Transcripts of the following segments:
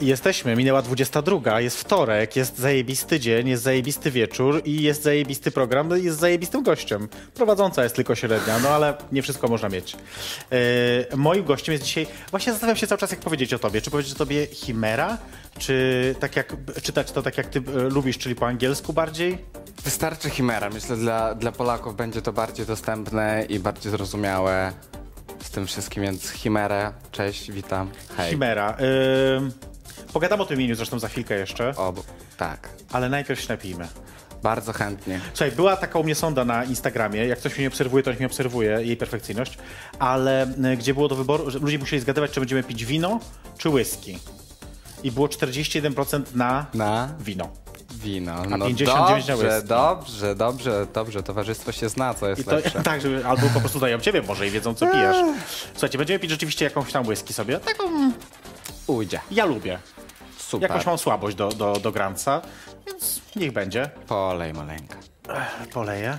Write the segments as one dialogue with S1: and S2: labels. S1: I Jesteśmy, minęła 22, jest wtorek, jest zajebisty dzień, jest zajebisty wieczór i jest zajebisty program, no i jest zajebistym gościem. Prowadząca jest tylko średnia, no ale nie wszystko można mieć. Yy, moim gościem jest dzisiaj, właśnie zastanawiam się cały czas jak powiedzieć o tobie, czy powiedzieć o tobie Chimera, czy tak jak, czytać to tak jak ty e, lubisz, czyli po angielsku bardziej?
S2: Wystarczy Chimera. Myślę, dla, dla Polaków będzie to bardziej dostępne i bardziej zrozumiałe z tym wszystkim, więc Chimerę, cześć, witam, hej.
S1: Chimera. Yy, pogadam o tym imieniu zresztą za chwilkę jeszcze,
S2: O, bo- tak,
S1: ale najpierw się napijmy.
S2: bardzo chętnie.
S1: Słuchaj, była taka u mnie sonda na Instagramie, jak ktoś mnie nie obserwuje, to niech mnie obserwuje, jej perfekcyjność, ale y, gdzie było do wyboru, że ludzie musieli zgadywać, czy będziemy pić wino, czy whisky. I było 41% na,
S2: Na
S1: wino.
S2: wino.
S1: A
S2: No
S1: 59 na
S2: dobrze,
S1: whisky.
S2: dobrze, dobrze, dobrze, towarzystwo się zna, co jest
S1: I to
S2: lepsze.
S1: tak, żeby, albo po prostu dają ciebie może i wiedzą, co pijesz. Słuchajcie, będziemy pić rzeczywiście jakąś tam whisky sobie. Taką
S2: Ujdzie,
S1: ja lubię.
S2: super.
S1: Jakąś mam słabość do, do, do Grantsa, więc niech będzie.
S2: Polej maleńka.
S1: Poleję.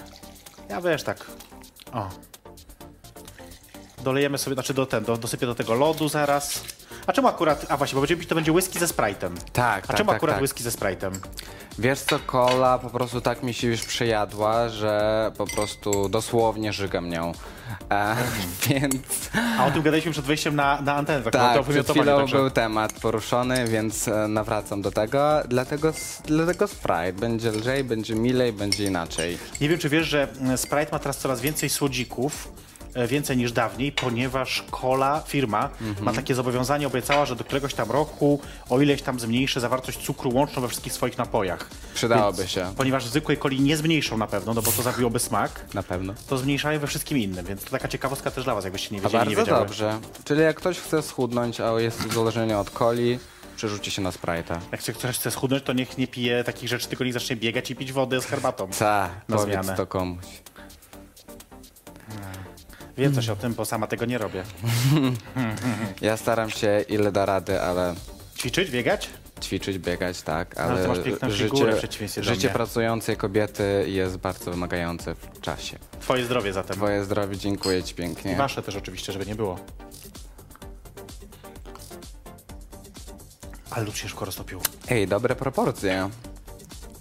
S1: Ja wiesz tak. O. Dolejemy sobie, znaczy do ten, do, dosypię do tego lodu zaraz. A czemu akurat, a właśnie, bo będziemy pić, to będzie whisky ze Sprite'em.
S2: Tak,
S1: A
S2: tak,
S1: czemu
S2: tak,
S1: akurat
S2: tak.
S1: whisky ze Sprite'em?
S2: Wiesz co, kola po prostu tak mi się już przejadła, że po prostu dosłownie żygam nią. E, więc
S1: A o tym gadaliśmy przed wejściem na, na antenę, tak,
S2: Tak,
S1: naprawdę,
S2: przed
S1: wymiotowanie
S2: chwilą
S1: także.
S2: był temat poruszony, więc e, nawracam do tego. Dlatego, s- dlatego Sprite. Będzie lżej, będzie milej, będzie inaczej.
S1: Nie wiem, czy wiesz, że mm, Sprite ma teraz coraz więcej słodzików, e, więcej niż dawniej, ponieważ Cola, firma,
S2: Mhm.
S1: ma takie zobowiązanie, obiecała, że do któregoś tam roku, o ileś tam zmniejszy zawartość cukru łączną we wszystkich swoich napojach.
S2: Przydałoby się.
S1: Ponieważ zwykłej coli nie zmniejszą na pewno, no bo to zabiłoby smak,
S2: Na pewno.
S1: to zmniejszają we wszystkim innym, więc to taka ciekawostka też dla was, jakbyście nie
S2: A
S1: wiedzieli, nie
S2: bardzo
S1: wiedziały.
S2: dobrze. Czyli jak ktoś chce schudnąć, a jest uzależniony od coli, przerzuci się na Sprite'a.
S1: Jak się ktoś chce schudnąć, to niech nie pije takich rzeczy, tylko niech zacznie biegać i pić wodę z herbatą.
S2: Ta,
S1: Na
S2: powiedz
S1: zmianę.
S2: to komuś.
S1: Wiem coś o tym, bo sama tego nie robię.
S2: Ja staram się ile da rady, ale
S1: Ćwiczyć, biegać?
S2: ćwiczyć, biegać, tak. Ale,
S1: ty masz piękną figurę w
S2: życie,
S1: przeciwieństwie do
S2: życie
S1: mnie.
S2: pracującej kobiety jest bardzo wymagające w czasie.
S1: Twoje zdrowie zatem.
S2: Twoje zdrowie, dziękuję Ci
S1: I
S2: pięknie.
S1: wasze też oczywiście, żeby nie było. Ale lud się szybko roztopił.
S2: Ej, dobre proporcje.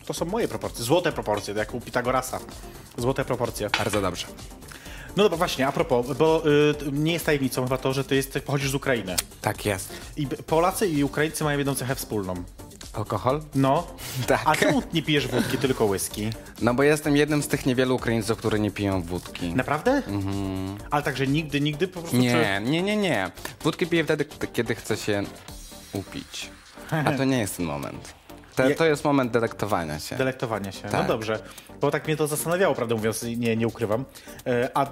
S1: To są moje proporcje, złote proporcje, jak u Pitagorasa. Złote proporcje.
S2: Bardzo dobrze.
S1: No dobra, właśnie, a propos, bo y, t- nie jest tajemnicą chyba to, że ty jesteś, pochodzisz z Ukrainy.
S2: Tak jest.
S1: I b- Polacy i Ukraińcy mają jedną cechę wspólną.
S2: Alkohol?
S1: No.
S2: Tak.
S1: A czemu nie pijesz wódki, tylko whisky?
S2: No bo jestem jednym z tych niewielu Ukraińców, którzy nie piją wódki.
S1: Naprawdę? Ale także nigdy, nigdy po prostu...
S2: Mhm. Nie, nie, nie, nie. Wódki piję wtedy, k- kiedy chcę się upić. A to nie jest ten moment. To,
S1: Ja-
S2: to jest moment delektowania się.
S1: Delektowanie się. No
S2: Tak.
S1: dobrze, bo tak mnie to zastanawiało, prawdę mówiąc, nie, nie ukrywam. E, A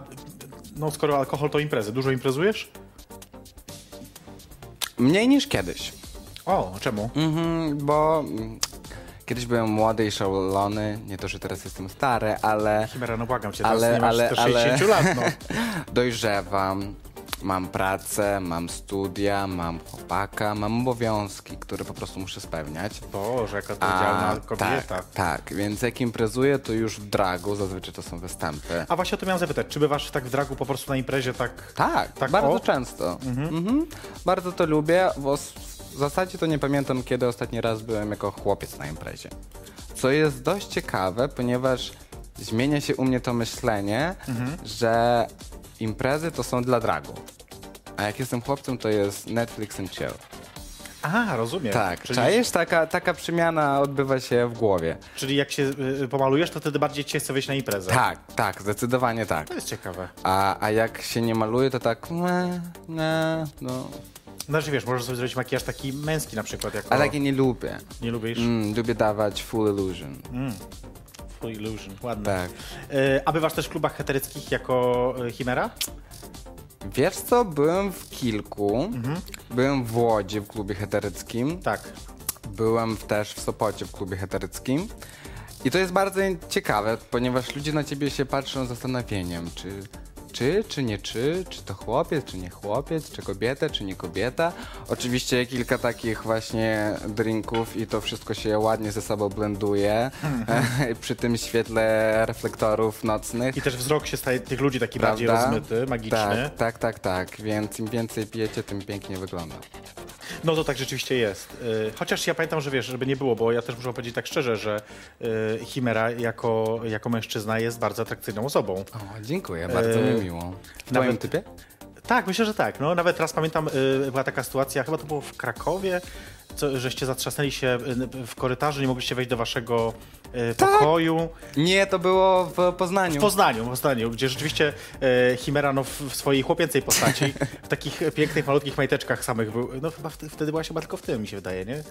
S1: no, skoro alkohol to imprezy, dużo imprezujesz?
S2: Mniej niż kiedyś.
S1: O, czemu?
S2: Mhm, bo mm, kiedyś byłem młody i szalony. Nie to, że teraz jestem stary, ale
S1: Chimera, no błagam cię, teraz
S2: Ale-
S1: nie masz
S2: ale-
S1: też
S2: ale-
S1: 60 lat, no.
S2: dojrzewam. Mam pracę, mam studia, mam chłopaka, mam obowiązki, które po prostu muszę spełniać.
S1: Boże, jaka
S2: A,
S1: odpowiedzialna kobieta.
S2: Tak, tak, więc jak imprezuję, to już w dragu, zazwyczaj to są występy.
S1: A właśnie o to miałem zapytać, czy bywasz tak w dragu po prostu na imprezie tak...
S2: tak,
S1: tak,
S2: bardzo
S1: o.
S2: często. Mhm. Bardzo to lubię, bo s- w zasadzie to nie pamiętam, kiedy ostatni raz byłem jako chłopiec na imprezie. Co jest dość ciekawe, ponieważ zmienia się u mnie to myślenie,
S1: Mhm.
S2: że imprezy to są dla dragu. A jak jestem chłopcem, to jest Netflix and chill.
S1: Aha, rozumiem.
S2: Tak,
S1: Tak, czyli,
S2: czaisz? Taka, taka przemiana odbywa się w głowie.
S1: czyli jak się y, pomalujesz, to wtedy bardziej cię chce wyjść na imprezę.
S2: Tak, tak, zdecydowanie tak.
S1: To jest ciekawe.
S2: A, a jak się nie maluje, to tak. Me, me, no.
S1: Znaczy wiesz, możesz sobie zrobić makijaż taki męski na przykład, jako...
S2: Ale takie nie lubię.
S1: Nie lubisz?
S2: Mm, lubię dawać full illusion.
S1: Full illusion, ładne.
S2: Tak.
S1: Y, a bywasz też w klubach heteryckich jako y, Chimera?
S2: Wiesz co, byłem w kilku. Byłem w Łodzi w klubie heteryckim.
S1: Tak.
S2: Byłem w- też w Sopocie w klubie heteryckim. I to jest bardzo ciekawe, ponieważ ludzie na ciebie się patrzą z zastanowieniem, czy czy, czy nie czy, czy to chłopiec, czy nie chłopiec, czy kobieta, czy nie kobieta. Oczywiście kilka takich właśnie drinków i to wszystko się ładnie ze sobą blenduje przy tym świetle reflektorów nocnych.
S1: I też wzrok się staje tych ludzi taki bardziej
S2: prawda?
S1: rozmyty, magiczny.
S2: Tak, tak, tak, tak. Więc im więcej pijecie, tym pięknie wygląda.
S1: No to tak rzeczywiście jest. Y, Chociaż ja pamiętam, że wiesz, żeby nie było, bo ja też muszę powiedzieć tak szczerze, że y, Chimera jako, jako mężczyzna jest bardzo atrakcyjną osobą.
S2: O, dziękuję, bardzo
S1: Eee,
S2: mi miło. W
S1: nawet-
S2: twoim typie?
S1: Tak, myślę, że tak. No, nawet raz pamiętam, y, była taka sytuacja, chyba to było w Krakowie, co, żeście zatrzasnęli się y, w korytarzu, nie mogliście wejść do waszego y,
S2: Tak.
S1: pokoju.
S2: Nie, to było w Poznaniu.
S1: W Poznaniu, w Poznaniu, gdzie rzeczywiście e, Chimera no, w, w swojej chłopięcej postaci, w takich pięknych, malutkich majteczkach samych był. No chyba wtedy, wtedy była chyba tylko w tym, mi się wydaje, nie?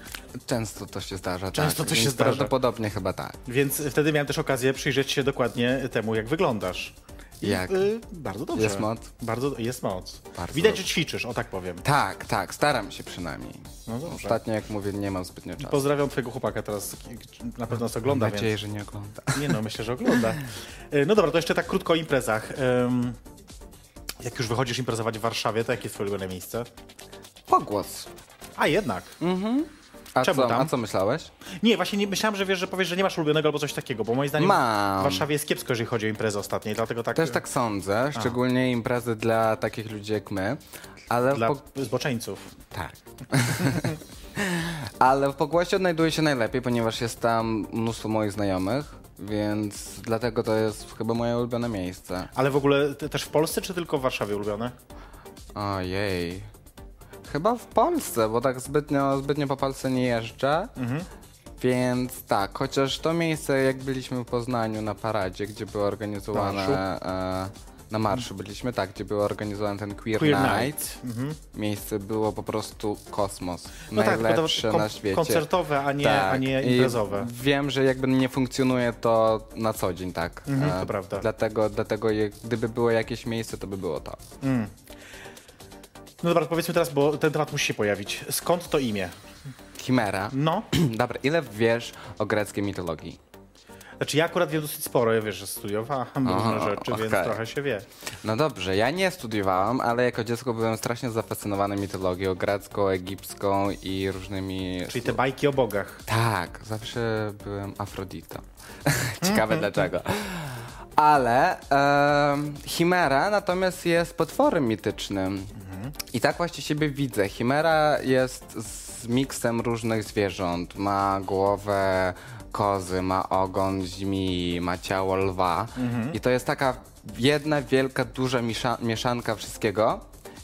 S2: Często to się zdarza.
S1: Często
S2: tak,
S1: to się
S2: więc
S1: zdarza.
S2: Prawdopodobnie chyba tak.
S1: Więc wtedy miałem też okazję przyjrzeć się dokładnie temu, jak wyglądasz. I,
S2: Jak?
S1: y, bardzo dobrze.
S2: Jest moc?
S1: Bardzo, jest moc.
S2: Bardzo
S1: Widać,
S2: dobrze.
S1: że ćwiczysz, o tak powiem.
S2: Tak, tak, staram się przynajmniej.
S1: No dobrze.
S2: Ostatnio, jak mówię, nie mam zbytnio czasu.
S1: Pozdrawiam twojego chłopaka teraz, k- k- na pewno nas
S2: Mam
S1: ogląda,
S2: nadzieję,
S1: więc...
S2: że nie ogląda.
S1: Nie no, myślę, że ogląda. Y, No dobra, to jeszcze tak krótko o imprezach. Ym, Jak już wychodzisz imprezować w Warszawie, to jakie jest twoje ulubione miejsce?
S2: Pogłos.
S1: A jednak.
S2: Mm. A
S1: Czemu
S2: co,
S1: tam?
S2: A co myślałeś?
S1: Nie, właśnie nie myślałem, że wiesz, że powiesz, że nie masz ulubionego albo coś takiego, bo moim zdaniem
S2: Mam.
S1: w Warszawie jest kiepsko, jeżeli chodzi o imprezę ostatniej, dlatego tak.
S2: Też tak sądzę, szczególnie imprezy dla takich ludzi jak my. Ale
S1: Dla
S2: po...
S1: zboczeńców.
S2: Tak. Ale w Pogłosie odnajduje się najlepiej, ponieważ jest tam mnóstwo moich znajomych, więc dlatego to jest chyba moje ulubione miejsce.
S1: Ale w ogóle te- też w Polsce, czy tylko w Warszawie ulubione?
S2: Ojej. Chyba w Polsce, bo tak zbytnio, zbytnio po Polsce nie jeżdżę.
S1: Mhm.
S2: Więc tak, chociaż to miejsce, jak byliśmy w Poznaniu na paradzie, gdzie były organizowane.
S1: Marszu?
S2: e, na marszu byliśmy, tak, gdzie był organizowany ten Queer,
S1: Queer
S2: Night.
S1: Night. Mhm.
S2: Miejsce było po prostu kosmos.
S1: No tak, tylko to
S2: Najlepsze
S1: kom-
S2: na świecie.
S1: koncertowe, a nie- a nie
S2: Tak. i
S1: imprezowe.
S2: Wiem, że jakby nie funkcjonuje to na co dzień, tak.
S1: Mhm, to prawda.
S2: Dlatego, dlatego jak, gdyby było jakieś miejsce, to by było to.
S1: No dobra, powiedzmy teraz, bo ten temat musi się pojawić. Skąd to imię?
S2: Chimera.
S1: No,
S2: Dobra, ile wiesz o greckiej mitologii?
S1: znaczy ja akurat wiem dosyć sporo, ja wiesz, że studiowałam różne rzeczy, więc
S2: okej.
S1: trochę się wie.
S2: No dobrze, ja nie studiowałam, ale jako dziecko byłem strasznie zafascynowany mitologią grecką, egipską i różnymi...
S1: Czyli te bajki o bogach.
S2: Tak, zawsze byłem Afroditą. Ciekawe dlaczego. Ale em, Chimera natomiast jest potworem mitycznym. I tak właśnie siebie widzę. Chimera jest z miksem różnych zwierząt. Ma głowę kozy, ma ogon żmii, ma ciało lwa. I to jest taka jedna wielka, duża misza- mieszanka wszystkiego.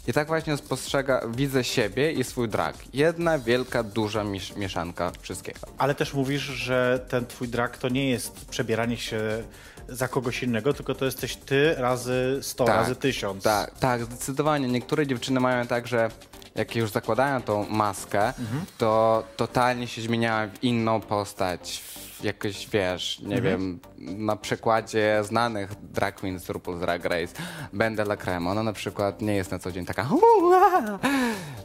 S2: I tak właśnie spostrzega, widzę siebie i swój drag. Jedna wielka, duża misz- mieszanka wszystkiego.
S1: Ale też mówisz, że ten twój drag to nie jest przebieranie się za kogoś innego, tylko to jesteś ty razy 100, razy 1000.
S2: Tak, tak, zdecydowanie. Niektóre dziewczyny mają tak, że jak już zakładają tą maskę, to totalnie się zmieniają w inną postać. w Jakoś wiesz, nie wiem, na przykładzie znanych drag queen z RuPaul's Drag Race, Benda La Creme, ona na przykład nie jest na co dzień taka "Ua!"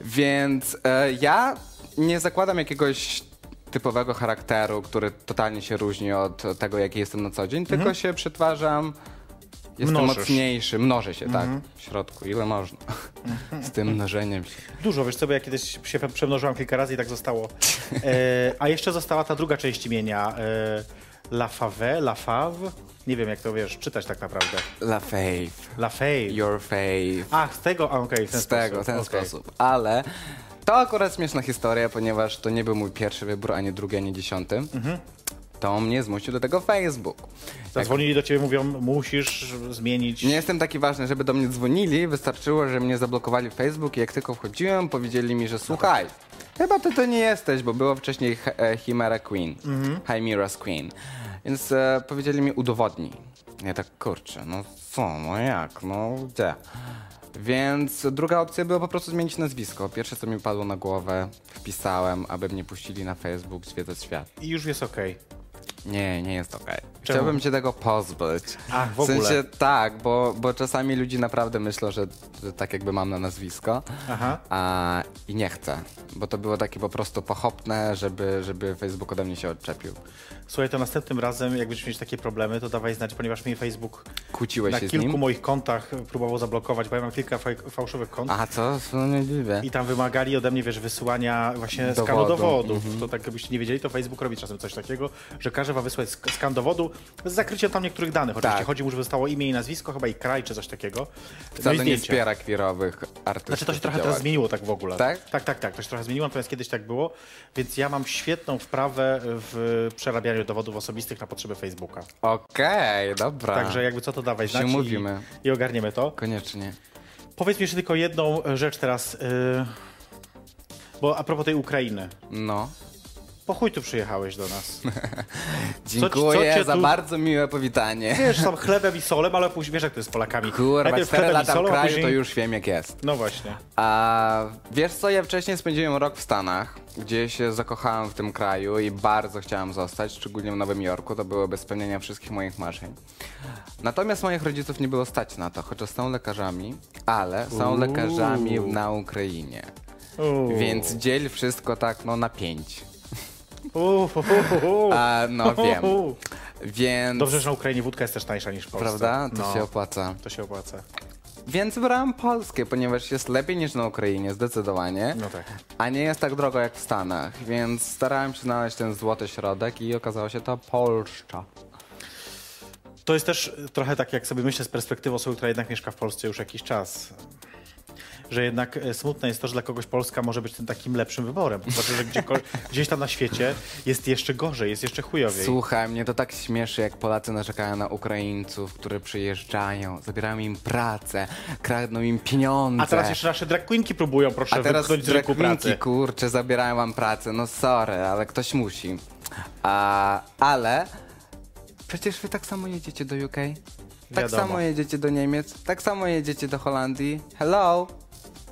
S2: Więc e, ja nie zakładam jakiegoś typowego charakteru, który totalnie się różni od tego, jaki jestem na co dzień, tylko się przetwarzam. Jestem
S1: Mnożysz. Mhm.
S2: mocniejszy, mnożę się, tak, w środku, ile można. Z tym mnożeniem się.
S1: Dużo, wiesz co, bo ja kiedyś się pe- przemnożyłam kilka razy i tak zostało. E, a jeszcze została ta druga część imienia. E, La Fave, La Fave. Nie wiem, jak to wiesz, czytać tak naprawdę.
S2: La faith,
S1: La Fave.
S2: your faith,
S1: Ach, z tego, a okej, w ten
S2: z tego,
S1: sposób.
S2: w ten
S1: okej.
S2: sposób. Ale to akurat śmieszna historia, ponieważ to nie był mój pierwszy wybór, ani drugi, ani dziesiąty.
S1: Mhm.
S2: To mnie zmusił do tego Facebook.
S1: Zadzwonili do ciebie, mówią, musisz zmienić.
S2: Nie jestem taki ważny, żeby do mnie dzwonili. Wystarczyło, że mnie zablokowali w Facebook i jak tylko wchodziłem, powiedzieli mi, że słuchaj, chyba ty to nie jesteś, bo było wcześniej H- e, Chimera Queen, Chimera's Queen. Więc e, powiedzieli mi udowodnij. Ja tak, kurczę, no co, no jak, no gdzie? Więc druga opcja była po prostu zmienić nazwisko. Pierwsze, co mi padło na głowę, wpisałem, aby mnie puścili na Facebook zwiedzać świat.
S1: I już jest okej.
S2: Nie, nie jest okej. Chciałbym się tego pozbyć.
S1: Ach, w ogóle.
S2: W sensie tak, bo, bo czasami ludzie naprawdę myślą, że, że tak jakby mam na nazwisko.
S1: Aha.
S2: A, I nie chcę, bo to było takie po prostu pochopne, żeby, żeby Facebook ode mnie się odczepił.
S1: Słuchaj, to następnym razem, jak będziesz mieć takie problemy, to dawaj znać, ponieważ mi Facebook
S2: Kłóciłeś
S1: na
S2: się z
S1: kilku
S2: nim?
S1: moich kontach próbował zablokować, bo ja mam kilka faj- fałszywych kont.
S2: A co? No nie dziwię.
S1: I tam wymagali ode mnie, wiesz, wysyłania właśnie skanu
S2: Dowodu. Mhm.
S1: dowodów. To tak, jakbyście nie wiedzieli, to Facebook robi czasem coś takiego, że każe wam wysłać sk- skan dowodu z zakryciem tam niektórych danych. Oczywiście
S2: Tak.
S1: chodzi mu, że zostało imię i nazwisko, chyba i kraj, czy coś takiego. No
S2: Wcale no, nie
S1: zdjęcie.
S2: wspiera queerowych artystów.
S1: Znaczy to się
S2: i
S1: trochę teraz
S2: działaczy.
S1: zmieniło tak w ogóle.
S2: Tak?
S1: Tak, tak, tak. To się trochę zmieniło, natomiast kiedyś tak było. Więc ja mam świetną wprawę w przerabianiu dowodów osobistych na potrzeby Facebooka.
S2: Okej, dobra.
S1: Także jakby co to dawaj
S2: Tak. Się
S1: znać i-
S2: mówimy.
S1: i ogarniemy to.
S2: Koniecznie.
S1: Powiedz mi jeszcze tylko jedną rzecz teraz, yy, bo a propos tej Ukrainy.
S2: No.
S1: Po chuj tu przyjechałeś do nas.
S2: Dziękuję
S1: co cię
S2: za
S1: tu-
S2: bardzo miłe powitanie.
S1: Wiesz, tam chlebem i solem, ale później wiesz jak to jest z Polakami.
S2: Kurwa,
S1: Najpierw
S2: 4
S1: chlebem i
S2: lata w
S1: solem, a
S2: kraju
S1: później-
S2: to już wiem jak jest.
S1: No właśnie.
S2: A wiesz co, ja wcześniej spędziłem rok w Stanach, gdzie się zakochałem w tym kraju i bardzo chciałem zostać, szczególnie w Nowym Jorku, to byłoby spełnienia wszystkich moich marzeń. Natomiast moich rodziców nie było stać na to, chociaż są lekarzami, ale są lekarzami na Ukrainie.
S1: Uuu.
S2: Więc dziel wszystko tak no na pięć.
S1: Uuu, hu, hu, hu.
S2: A, no wiem.
S1: Uuu.
S2: Więc
S1: Dobrze, że na Ukrainie wódka jest też tańsza niż w Polsce.
S2: prawda? To
S1: no,
S2: się opłaca.
S1: to się opłaca.
S2: Więc brałem polskie, ponieważ jest lepiej niż na Ukrainie, zdecydowanie.
S1: No tak.
S2: A nie jest tak drogo jak w Stanach, więc starałem się znaleźć ten złoty środek i okazało się to Polszcza.
S1: To jest też trochę tak, jak sobie myślę z perspektywy osoby, która jednak mieszka w Polsce już jakiś czas. Że jednak e, smutne jest to, że dla kogoś Polska może być tym takim lepszym wyborem. To Znaczy, że gdzieko- gdzieś tam na świecie jest jeszcze gorzej, jest jeszcze chujowiej.
S2: Słuchaj, mnie to tak śmieszy, jak Polacy narzekają na Ukraińców, którzy przyjeżdżają, zabierają im pracę, kradną im pieniądze.
S1: A teraz jeszcze nasze drag queenki próbują, proszę,
S2: A teraz
S1: wypchnąć z rynku
S2: dragminki,
S1: pracy.
S2: kurczę, zabierają wam pracę. No sorry, ale ktoś musi. A, ale przecież wy tak samo jedziecie do UK. Tak
S1: Wiadomo.
S2: samo jedziecie do Niemiec, tak samo jedziecie do Holandii. Hello!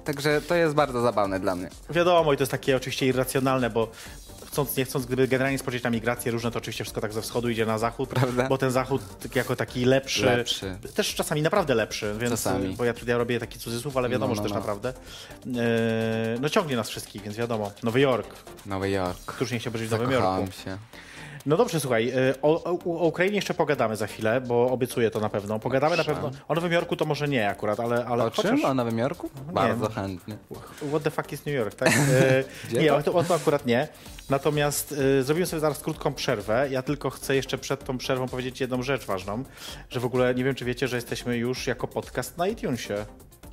S2: Także to jest bardzo zabawne dla mnie.
S1: Wiadomo, i to jest takie oczywiście irracjonalne, bo chcąc, nie chcąc, gdyby generalnie spojrzeć na migracje różne, to oczywiście wszystko tak ze wschodu idzie na zachód,
S2: Prawda.
S1: bo ten zachód tak jako taki lepszy,
S2: Lepszy.
S1: też czasami naprawdę lepszy, więc,
S2: Czasami.
S1: bo ja, ja robię taki cudzysłów, ale wiadomo,
S2: No,
S1: że
S2: no,
S1: też
S2: no.
S1: naprawdę, e, no ciągnie nas wszystkich, więc wiadomo, Nowy Jork,
S2: Nowy Jork.
S1: któż nie chciałby żyć w Nowym Jorku.
S2: Kocham się.
S1: No dobrze, słuchaj, e, o, o, o Ukrainie jeszcze pogadamy za chwilę, bo obiecuję to na pewno, pogadamy na pewno, o Nowym Jorku to może nie akurat, ale, ale
S2: O czym?
S1: chociaż...
S2: O Nowym Jorku? Bardzo
S1: no.
S2: chętnie.
S1: What the fuck is New York, tak? E,
S2: Gdzie
S1: nie,
S2: to?
S1: o to, o to akurat nie. Natomiast e, zrobimy sobie zaraz krótką przerwę. Ja tylko chcę jeszcze przed tą przerwą powiedzieć jedną rzecz ważną, że w ogóle nie wiem, czy wiecie, że jesteśmy już jako podcast na iTunesie.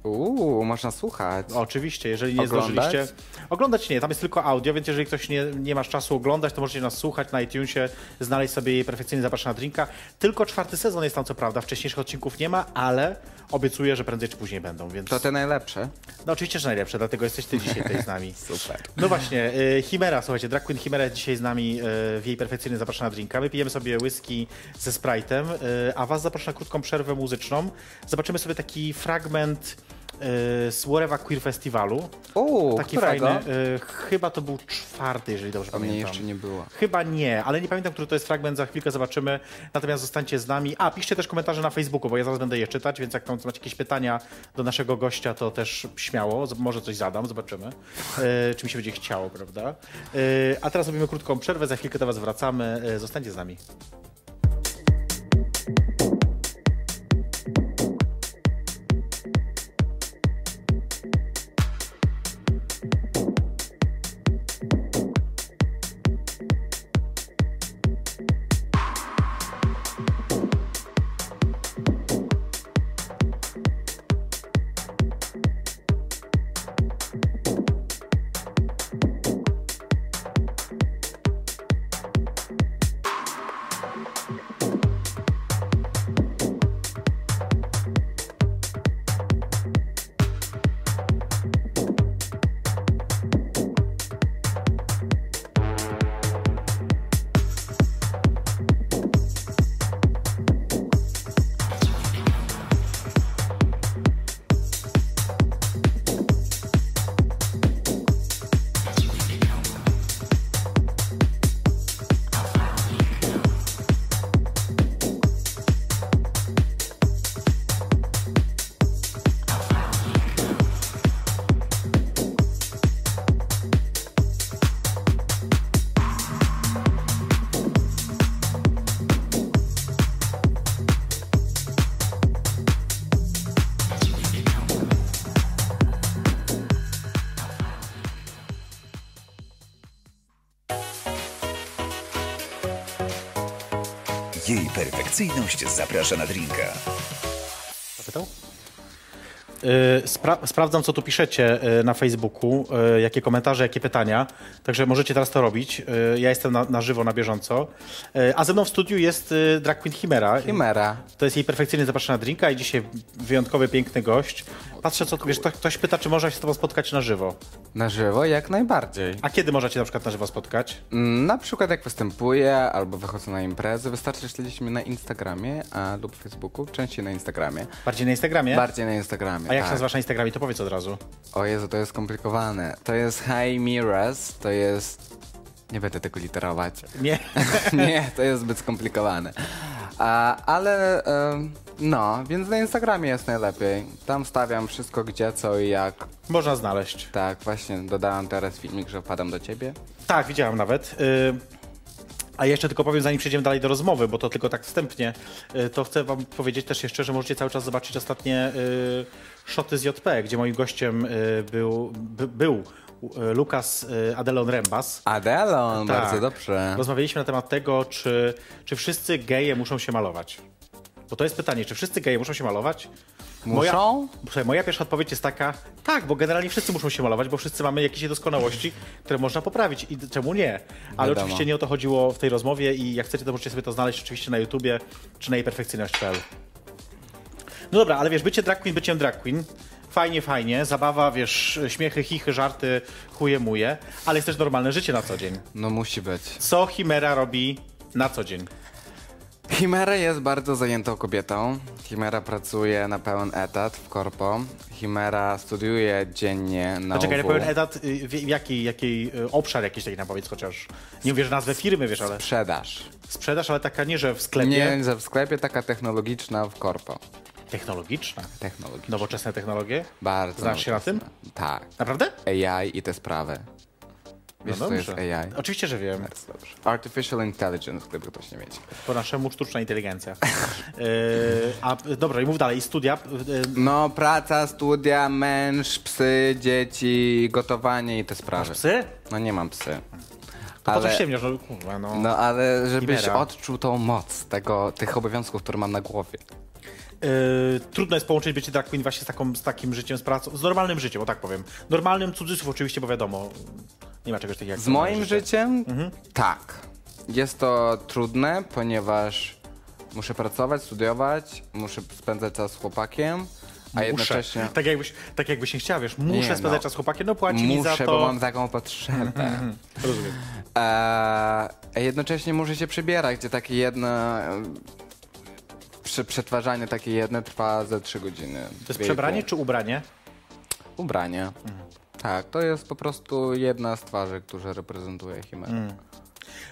S2: Uuu, można słuchać.
S1: Oczywiście, jeżeli nie
S2: Oglądać?
S1: zdążyliście. Oglądać nie, tam jest tylko audio, więc jeżeli ktoś nie, nie masz czasu oglądać, to możecie nas słuchać na iTunesie, znaleźć sobie jej perfekcyjnie zapraszana drinka. Tylko czwarty sezon jest tam, co prawda, wcześniejszych odcinków nie ma, ale obiecuję, że prędzej czy później będą, więc.
S2: To te najlepsze.
S1: No oczywiście, że najlepsze, dlatego jesteś ty dzisiaj tutaj z nami.
S2: Super.
S1: No właśnie, y, Chimera, słuchajcie, Drag Queen Chimera jest dzisiaj z nami y, w jej perfekcyjny zapraszana drinka. My pijemy sobie whisky ze Sprite'em, y, a was zapraszam na krótką przerwę muzyczną. Zobaczymy sobie taki fragment y, z Warewa Queer Festiwalu.
S2: Uuu,
S1: Taki
S2: którego?
S1: fajny, y, chyba to był czwarty, jeżeli dobrze
S2: O mnie
S1: pamiętam.
S2: jeszcze nie było.
S1: Chyba nie, ale nie pamiętam, który to jest fragment, za chwilkę zobaczymy. Natomiast zostańcie z nami. A, piszcie też komentarze na Facebooku, bo ja zaraz będę je czytać, więc jak tam macie jakieś pytania do naszego gościa, to też śmiało, z- może coś zadam, zobaczymy, e, czy mi się będzie chciało, prawda? E, a teraz robimy krótką przerwę, za chwilkę do Was wracamy. E, zostańcie z nami.
S3: Jej perfekcyjność zaprasza na drinka.
S1: Zapytał? Y, Spra sprawdzam, co tu piszecie y, na Facebooku, y, jakie komentarze, jakie pytania. Także możecie teraz to robić. Y, Ja jestem na, na żywo, na bieżąco. Y, A ze mną w studiu jest y, drag queen Chimera.
S2: Chimera.
S1: To jest jej perfekcyjnie zapraszana drinka i dzisiaj wyjątkowy, piękny gość. Patrzę, co tu wiesz. to- Ktoś pyta, czy można się z tobą spotkać na żywo.
S2: Na żywo jak najbardziej.
S1: A kiedy możecie na przykład na żywo spotkać?
S2: Mm, Na przykład jak występuję albo wychodzę na imprezy, wystarczy że śledzić mnie na Instagramie a, lub Facebooku, częściej na Instagramie.
S1: Bardziej na Instagramie?
S2: Bardziej na Instagramie.
S1: A jak się
S2: tak.
S1: nazywasz na Instagramie, to powiedz od razu.
S2: O Jezu, to jest skomplikowane. To jest Hi Miras, to jest... Nie będę tego literować.
S1: Nie.
S2: Nie, to jest zbyt skomplikowane. A, ale em, no, więc na Instagramie jest najlepiej. Tam stawiam wszystko gdzie, co i jak.
S1: Można znaleźć.
S2: Tak, właśnie dodałem teraz filmik, że wpadam do ciebie.
S1: Tak, widziałam nawet. Y, A jeszcze tylko powiem, zanim przejdziemy dalej do rozmowy, bo to tylko tak wstępnie, y, to chcę wam powiedzieć też jeszcze, że możecie cały czas zobaczyć ostatnie y, szoty z JP, gdzie moim gościem y, był, by, był y, Lukas y, Adelon Rembas.
S2: Adelon,
S1: Tak.
S2: bardzo dobrze.
S1: Rozmawialiśmy na temat tego, czy, czy wszyscy geje muszą się malować. Bo to jest pytanie, czy wszyscy geje muszą się malować?
S2: Muszą?
S1: Moja, Słuchaj, moja pierwsza odpowiedź jest taka, tak, bo generalnie wszyscy muszą się malować, bo wszyscy mamy jakieś niedoskonałości, które można poprawić i czemu nie? Ale
S2: Wiadomo.
S1: oczywiście nie o to chodziło w tej rozmowie i jak chcecie, to możecie sobie to znaleźć oczywiście na YouTubie czy na jejperfekcyjność.pl. No dobra, ale wiesz, bycie drag queen, byciem drag queen, fajnie, fajnie, zabawa, wiesz, śmiechy, chichy, żarty, chuje, muje, ale jest też normalne życie na co dzień
S2: No musi być.
S1: co Chimera robi na co dzień.
S2: Chimera jest bardzo zajętą kobietą. Chimera pracuje na pełen etat w korpo. Chimera studiuje dziennie na
S1: Poczekaj, ja
S2: UW.
S1: powiem etat, y, w, w jaki, jaki y, obszar jakiś taki nam powiedz chociaż. Nie mówię, że nazwę firmy, wiesz, ale
S2: Sprzedaż.
S1: sprzedaż, ale taka nie, że w sklepie.
S2: Nie, że w sklepie taka technologiczna w korpo.
S1: Technologiczna.
S2: Technologiczna.
S1: Nowoczesne technologie.
S2: Bardzo.
S1: No Znasz się na tym?
S2: nowoczesna. Tak.
S1: Naprawdę? No
S2: AI i te sprawy. Wiesz, co jest Tak. AI?
S1: Oczywiście, że wiem.
S2: Bardzo dobrze. Artificial Intelligence, gdyby ktoś nie wiedział.
S1: Po naszemu sztuczna inteligencja. Yy, a y, dobra, i mów dalej. I studia. y, y,
S2: No, praca, studia, męż, psy, dzieci, gotowanie i te sprawy.
S1: psy?
S2: No nie mam psy.
S1: To po
S2: Ale-
S1: co ściemniasz? No, kurwa, no.
S2: No ale żebyś
S1: Chimera.
S2: odczuł tą moc tego, tych obowiązków, które mam na głowie.
S1: Yy, trudno jest połączyć bycie drag queen właśnie z, taką, z takim życiem, z pracą, z normalnym życiem, o tak powiem. Normalnym cudzysłów oczywiście, bo wiadomo, nie ma czegoś takiego jak
S2: Z
S1: normalne
S2: moim
S1: życie.
S2: życiem
S1: Mhm.
S2: tak. Jest to trudne, ponieważ muszę pracować, studiować, muszę spędzać czas z chłopakiem, a jednocześnie.
S1: Tak jakbyś, tak jakbyś nie chciała, wiesz, muszę
S2: Nie,
S1: spędzać
S2: no.
S1: czas z chłopakiem, no płaci mi za
S2: Muszę,
S1: to. Mhm,
S2: bo mam taką potrzebę.
S1: Rozumiem.
S2: Eee, a jednocześnie muszę się przebierać, gdzie takie jedno. e, Prze przetwarzanie takie jedne trwa ze 3 godziny.
S1: To jest przebranie czy ubranie?
S2: Ubranie. Tak, to jest po prostu jedna z twarzy, która reprezentuje Chimerę.
S1: Mm.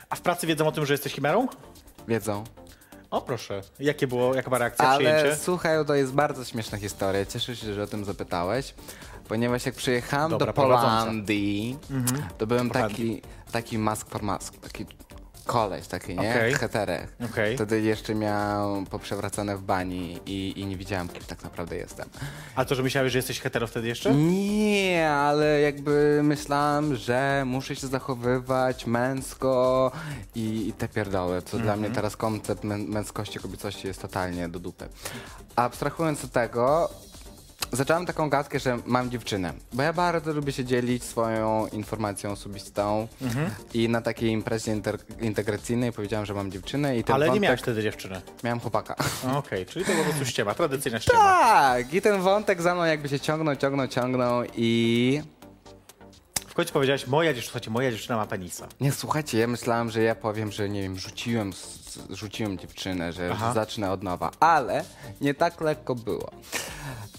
S1: A w pracy wiedzą o tym, że jesteś chimerą?
S2: Wiedzą.
S1: O proszę. Jakie było, jaka była reakcja,
S2: Ale
S1: przyjęcie?
S2: słuchaj, to jest bardzo śmieszna historia. Cieszę się, że o tym zapytałeś. Ponieważ jak przyjechałem
S1: Dobra, Mhm.
S2: do
S1: prowadząca.
S2: Polandii, to byłem
S1: Holandii.
S2: taki, taki mask for mask, taki koleś taki, nie?
S1: Okej.
S2: Okay. Heterek.
S1: Okej.
S2: Wtedy jeszcze miałem poprzewracane w bani i, i nie wiedziałem, kim tak naprawdę jestem.
S1: A to, że myślałeś, że jesteś hetero wtedy jeszcze?
S2: Nie, ale jakby myślałem, że muszę się zachowywać męsko i, i te pierdoły, co dla
S1: Mhm.
S2: mnie teraz koncept mę- męskości, kobiecości jest totalnie do dupy. Abstrahując od tego, zacząłem taką gadkę, że mam dziewczynę, bo ja bardzo lubię się dzielić swoją informacją osobistą
S1: Mhm.
S2: i na takiej imprezie inter- integracyjnej powiedziałem, że mam dziewczynę i ten
S1: Ale nie
S2: wątek...
S1: miałeś wtedy dziewczyny.
S2: Miałem chłopaka.
S1: Okej, czyli to po prostu ściema, tradycyjna ściema.
S2: Tak! I ten wątek za mną jakby się ciągnął, ciągnął, ciągnął i...
S1: W końcu powiedziałeś, moja dziewczyna, słuchajcie, moja dziewczyna ma penisa.
S2: Nie, słuchajcie, ja myślałam, że ja powiem, że nie wiem, rzuciłem, s- rzuciłem dziewczynę, że zacznę od nowa, ale nie tak lekko było.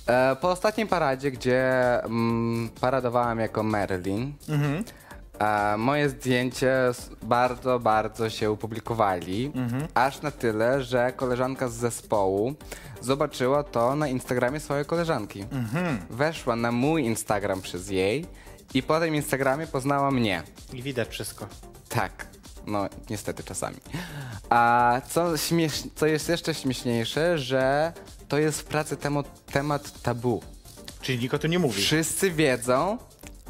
S2: E, po ostatniej paradzie, gdzie mm, paradowałam jako Merlin, e, moje zdjęcie s- bardzo, bardzo się upublikowali, aż na tyle, że koleżanka z zespołu zobaczyła to na Instagramie swojej koleżanki. Weszła na mój Instagram przez jej i po tym Instagramie poznała mnie.
S1: I widać wszystko.
S2: Tak. No, niestety czasami. A co, śmiesz... co jest jeszcze śmieszniejsze, że to jest w pracy temu temat tabu.
S1: Czyli nikt o tym nie mówi.
S2: Wszyscy wiedzą,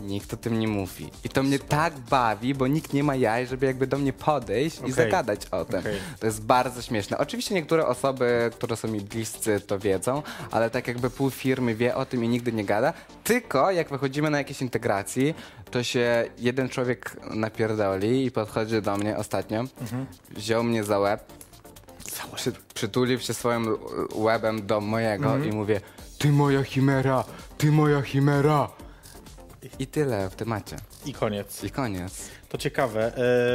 S2: nikt o tym nie mówi. I to mnie tak bawi, bo nikt nie ma jaj, żeby jakby do mnie podejść i
S1: Okej.
S2: zagadać o tym.
S1: Okej.
S2: To jest bardzo śmieszne. Oczywiście niektóre osoby, które są mi bliscy, to wiedzą, ale tak jakby pół firmy wie o tym i nigdy nie gada. Tylko jak wychodzimy na jakieś integracje, to się jeden człowiek napierdoli i podchodzi do mnie ostatnio,
S1: Mhm.
S2: wziął mnie za łeb, przy, przytulił się swoim l- łebem do mojego
S1: Mhm.
S2: i mówię Ty moja chimera, ty moja chimera. I tyle w temacie.
S1: I koniec.
S2: I koniec.
S1: To ciekawe,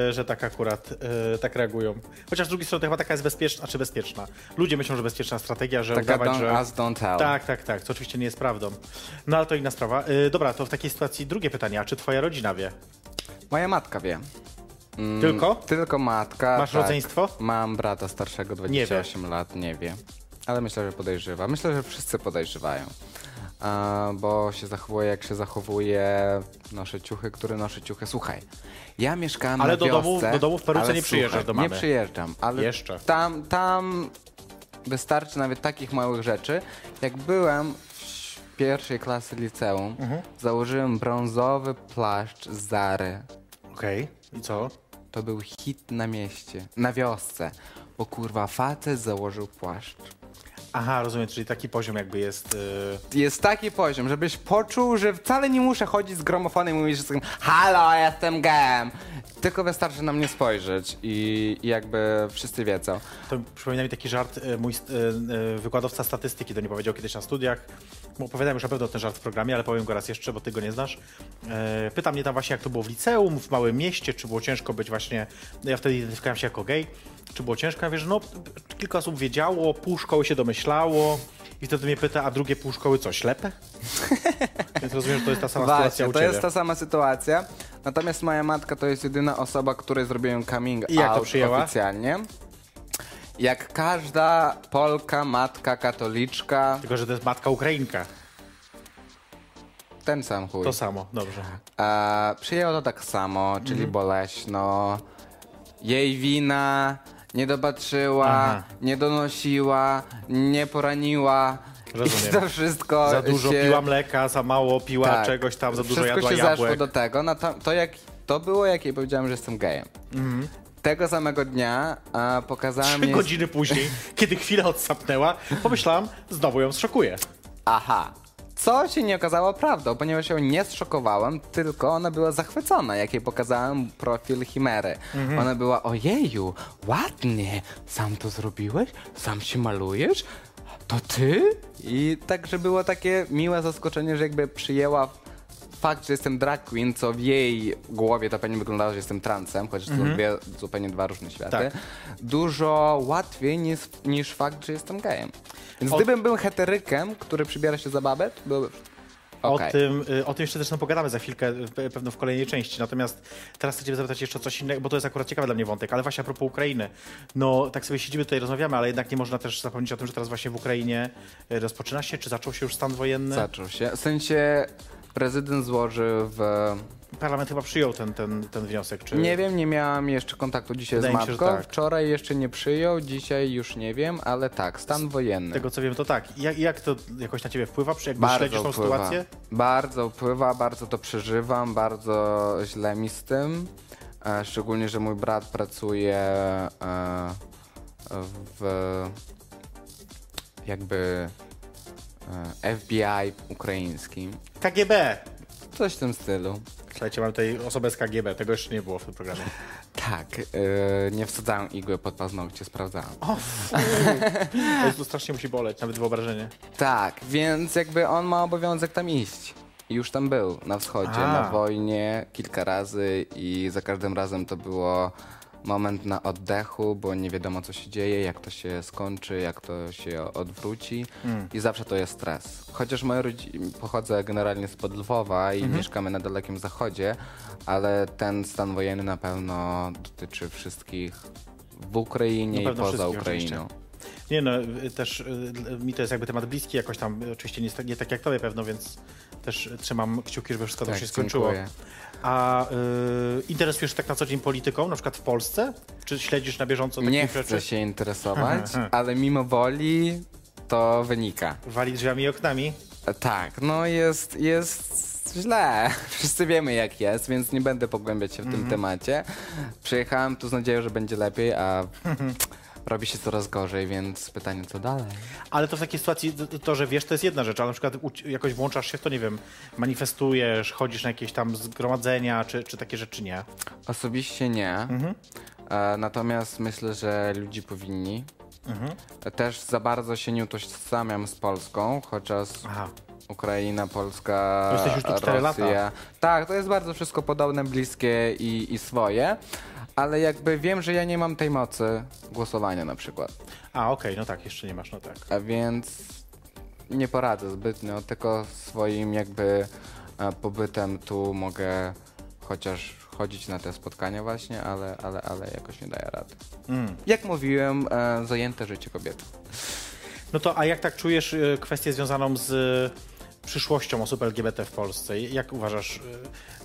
S1: e, że tak akurat e, tak reagują. Chociaż z drugiej strony to chyba taka jest bezpieczna, czy bezpieczna. Ludzie myślą, że bezpieczna strategia, że
S2: Taka
S1: udawać,
S2: don't
S1: że...
S2: ask, don't tell.
S1: Tak, tak, tak, co oczywiście nie jest prawdą. No ale to inna sprawa. E, dobra, to w takiej sytuacji drugie pytanie, a czy twoja rodzina wie?
S2: Moja matka wie. Mm,
S1: Tylko?
S2: Tylko matka. tak.
S1: Masz rodzeństwo?
S2: Mam brata starszego,
S1: wie.
S2: 28 lat, nie wie. Ale myślę, że podejrzewa. Myślę, że wszyscy podejrzewają. A, bo się zachowuje jak się zachowuje, noszę ciuchy, które noszę ciuchy. Słuchaj, ja mieszkam
S1: Ale
S2: na
S1: do
S2: wiosce.
S1: domu- do domu w Peruce
S2: ale
S1: nie przyjeżdżasz
S2: słuchaj,
S1: do mamy.
S2: Nie przyjeżdżam, ale
S1: Jeszcze.
S2: Tam, tam wystarczy nawet takich małych rzeczy. Jak byłem w pierwszej klasy liceum,
S1: Mhm.
S2: założyłem brązowy płaszcz Zary.
S1: Okej, i co?
S2: To był hit na mieście, na wiosce, bo kurwa facet założył płaszcz.
S1: Aha, rozumiem, czyli taki poziom jakby jest... e,
S2: Jest taki poziom, żebyś poczuł, że wcale nie muszę chodzić z gramofonem i mówić wszystkim Halo, jestem gejem! Tylko wystarczy na mnie spojrzeć i, i jakby wszyscy wiedzą.
S1: To przypomina mi taki żart, e, mój st- e, e, wykładowca statystyki do mnie powiedział kiedyś na studiach. Bo Opowiadałem już na pewno ten żart w programie, ale powiem go raz jeszcze, bo ty go nie znasz. E, Pyta mnie tam właśnie, jak to było w liceum, w małym mieście, czy było ciężko być właśnie... no Ja wtedy identyfikowałem się jako gej. Czy było ciężko? Ja wiesz, no kilka osób wiedziało, pół szkoły się domyślało. I wtedy mnie pyta, a drugie pół szkoły co, ślepe? Więc rozumiem, że to jest ta sama sytuacja
S2: Właśnie,
S1: u
S2: to
S1: ciebie.
S2: jest ta sama sytuacja. Natomiast moja matka to jest jedyna osoba, której zrobiłem coming
S1: I jak to
S2: out
S1: przyjęła?
S2: oficjalnie. Jak każda Polka, matka, katoliczka,
S1: Tylko, że to jest matka Ukrainka.
S2: ten sam chuj.
S1: To samo, dobrze.
S2: E, przyjęła to tak samo, czyli
S1: Mhm.
S2: boleśno. Jej wina, nie dopatrzyła,
S1: Aha.
S2: nie donosiła, nie poraniła. I
S1: Rozumiem.
S2: to wszystko
S1: Za dużo
S2: się... Tak.
S1: piła mleka, za mało piła czegoś tam, za dużo
S2: Wszystko
S1: jadła
S2: się
S1: jabłek.
S2: zaszło do tego. No to, to, jak, to było, jak jej powiedziałem, że jestem gejem. Tego samego dnia a, pokazałem
S1: Mhm. Trzy
S2: jej...
S1: godziny później, kiedy chwilę odsapnęła, pomyślałam, znowu ją zszokuję.
S2: Aha. Co się nie okazało prawdą, ponieważ ją nie zszokowałem, tylko ona była zachwycona, jak jej pokazałem profil Chimery. Ona była, ojeju, ładnie, sam to zrobiłeś? Sam się malujesz? To ty? I także było takie miłe zaskoczenie, że jakby przyjęła fakt, że jestem drag queen, co w jej głowie to pewnie wyglądało, że jestem transem, chociaż to są dwie, zupełnie dwa różne światy,
S1: Tak.
S2: dużo łatwiej niż, niż fakt, że jestem gejem. Więc
S1: O-
S2: gdybym był heterykiem, który przybiera się za babę, to byłby... Okej.
S1: O, tym, y, o tym jeszcze zresztą pogadamy za chwilkę, y, pe- pewno w kolejnej części. Natomiast teraz chcę Cię zapytać jeszcze o coś innego, bo to jest akurat ciekawy dla mnie wątek, ale właśnie a propos Ukrainy. No, tak sobie siedzimy tutaj, rozmawiamy, ale jednak nie można też zapomnieć o tym, że teraz właśnie w Ukrainie y, rozpoczyna się, czy zaczął się już stan wojenny?
S2: Zaczął się. W sensie prezydent złożył w...
S1: Parlament chyba przyjął ten, ten, ten wniosek, czy...
S2: Nie wiem, nie miałam jeszcze kontaktu dzisiaj
S1: Wydaje
S2: z
S1: mi się, że
S2: matką.
S1: tak.
S2: Wczoraj jeszcze nie przyjął, dzisiaj już nie wiem, ale tak, stan wojenny.
S1: Tego co wiem, to tak. I Jak, jak to jakoś na Ciebie wpływa? Czy jakby
S2: Bardzo
S1: śledzisz tą
S2: wpływa.
S1: sytuację?
S2: Bardzo wpływa, bardzo to przeżywam, bardzo źle mi z tym. E, Szczególnie, że mój brat pracuje e, w jakby e, FBI ukraińskim.
S1: KGB!
S2: Coś w tym stylu.
S1: Słuchajcie, mam tutaj osobę z KGB, tego jeszcze nie było w tym programie.
S2: Tak, e, nie wsadzałem igły pod paznokcie, sprawdzałem.
S1: O, fu. To jest- to strasznie musi boleć, nawet wyobrażenie.
S2: Tak, więc jakby on ma obowiązek tam iść. I Już tam był, na wschodzie,
S1: A.
S2: na wojnie, kilka razy i za każdym razem to było moment na oddechu, bo nie wiadomo co się dzieje, jak to się skończy, jak to się odwróci
S1: Hmm.
S2: i zawsze to jest stres. Chociaż moja rodzina, pochodzę generalnie spod Lwowa
S1: Mhm.
S2: i mieszkamy na dalekim zachodzie, ale ten stan wojenny na pewno dotyczy wszystkich w Ukrainie
S1: Na
S2: i
S1: pewno
S2: poza
S1: wszystkich, oczywiście.
S2: Ukrainą.
S1: Nie no, y, też y, l- mi to jest jakby temat bliski, jakoś tam y, oczywiście nie, sta- nie tak jak tobie pewno, więc też y, trzymam kciuki, żeby wszystko
S2: Tak,
S1: tam się skończyło.
S2: dziękuję.
S1: A y, interesujesz się tak na co dzień polityką, na przykład w Polsce? Czy śledzisz na bieżąco
S2: Nie
S1: takich
S2: chcę
S1: rzeczy?
S2: się interesować, ale mimo woli to wynika.
S1: Wali drzwiami i oknami?
S2: E, Tak, no jest, jest jest źle. Wszyscy wiemy jak jest, więc nie będę pogłębiać się w
S1: Mhm.
S2: tym temacie. Przyjechałem tu z nadzieją, że będzie lepiej, a robi się coraz gorzej, więc pytanie co dalej?
S1: Ale to w takiej sytuacji, to- to, że wiesz, to jest jedna rzecz, ale na przykład uci- jakoś włączasz się w to, nie wiem, manifestujesz, chodzisz na jakieś tam zgromadzenia, czy, czy takie rzeczy nie.
S2: Osobiście nie.
S1: Mhm.
S2: E, natomiast myślę, że ludzi powinni.
S1: Mhm.
S2: E, Też za bardzo się nie utożsamiam z Polską, chociaż
S1: Aha.
S2: Ukraina, Polska,
S1: To jesteś już tu cztery
S2: Rosja.
S1: lata.
S2: Tak, to jest bardzo wszystko podobne, bliskie i, i swoje. Ale jakby wiem, że ja nie mam tej mocy głosowania na przykład.
S1: A, okej, no tak, jeszcze nie masz, no tak.
S2: A więc nie poradzę zbytnio, tylko swoim jakby e, pobytem tu mogę chociaż chodzić na te spotkania właśnie, ale, ale, ale jakoś nie daję rady.
S1: Mm.
S2: Jak mówiłem, e, zajęte życie kobiety.
S1: No to, a jak tak czujesz y, kwestię związaną z y, przyszłością osób LGBT w Polsce? Jak uważasz,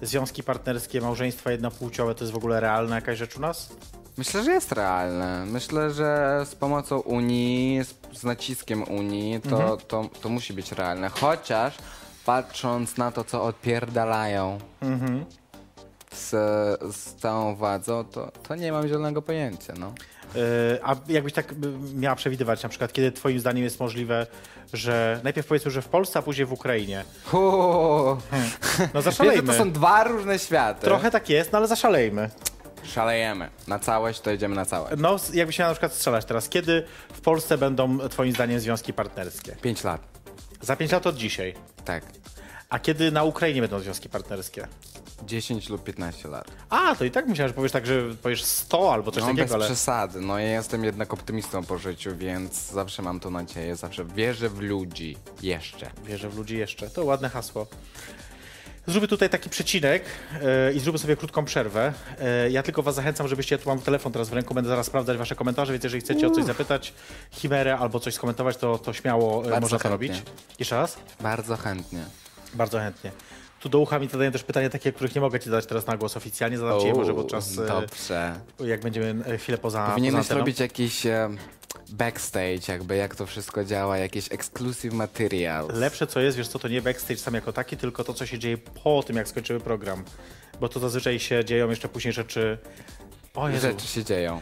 S1: y, związki partnerskie, małżeństwa jednopłciowe to jest w ogóle realna jakaś rzecz u nas?
S2: Myślę, że jest realne. Myślę, że z pomocą Unii, z, z naciskiem Unii, to,
S1: Mhm.
S2: to, to musi być realne. Chociaż patrząc na to, co odpierdalają
S1: Mhm.
S2: z, z całą władzą, to, to nie mam zielonego pojęcia. No.
S1: Y, A jakbyś tak y, miała przewidywać, na przykład, kiedy twoim zdaniem jest możliwe, że najpierw powiedzmy, że w Polsce, a później w Ukrainie.
S2: Uuu.
S1: No
S2: Wiesz, że
S1: zaszalejmy.
S2: to są dwa różne światy.
S1: Trochę tak jest, no ale zaszalejmy.
S2: Szalejemy. Na całość to idziemy na całość.
S1: No, s- jakbyś miała na przykład strzelać teraz, kiedy w Polsce będą e, twoim zdaniem związki partnerskie?
S2: Pięć lat.
S1: Za 5 lat od dzisiaj.
S2: Tak.
S1: A kiedy na Ukrainie będą związki partnerskie?
S2: 10 lub 15 lat.
S1: A, to i tak myślałem, że powiesz tak, że powiesz 100 albo coś
S2: No bez
S1: takiego, ale...
S2: przesady. No ja jestem jednak optymistą po życiu, więc zawsze mam tą nadzieję. Zawsze wierzę w ludzi. Jeszcze.
S1: Wierzę w ludzi jeszcze. To ładne hasło. Zróbmy tutaj taki przecinek e, i zróbmy sobie krótką przerwę. E, ja tylko was zachęcam, żebyście, ja tu mam telefon teraz w ręku, będę zaraz sprawdzać wasze komentarze, więc jeżeli chcecie o coś zapytać, chimerę albo coś skomentować, to, to śmiało e,
S2: Bardzo
S1: można to
S2: chętnie.
S1: robić. Jeszcze raz?
S2: Bardzo chętnie.
S1: Bardzo chętnie. Tu do ucha mi zadają też pytania takie, których nie mogę ci dać teraz na głos oficjalnie. Zadam ci je może
S2: Uuu,
S1: podczas, e,
S2: Dobrze.
S1: jak będziemy e, chwilę poza
S2: Powinieneś
S1: poza anteną.
S2: robić jakiś e, backstage, jakby jak to wszystko działa, jakiś exclusive material.
S1: Lepsze co jest, wiesz co, to nie backstage sam jako taki, tylko to, co się dzieje po tym, jak skończymy program. Bo to zazwyczaj się dzieją jeszcze później rzeczy... O Jezu,
S2: Rzeczy się dzieją.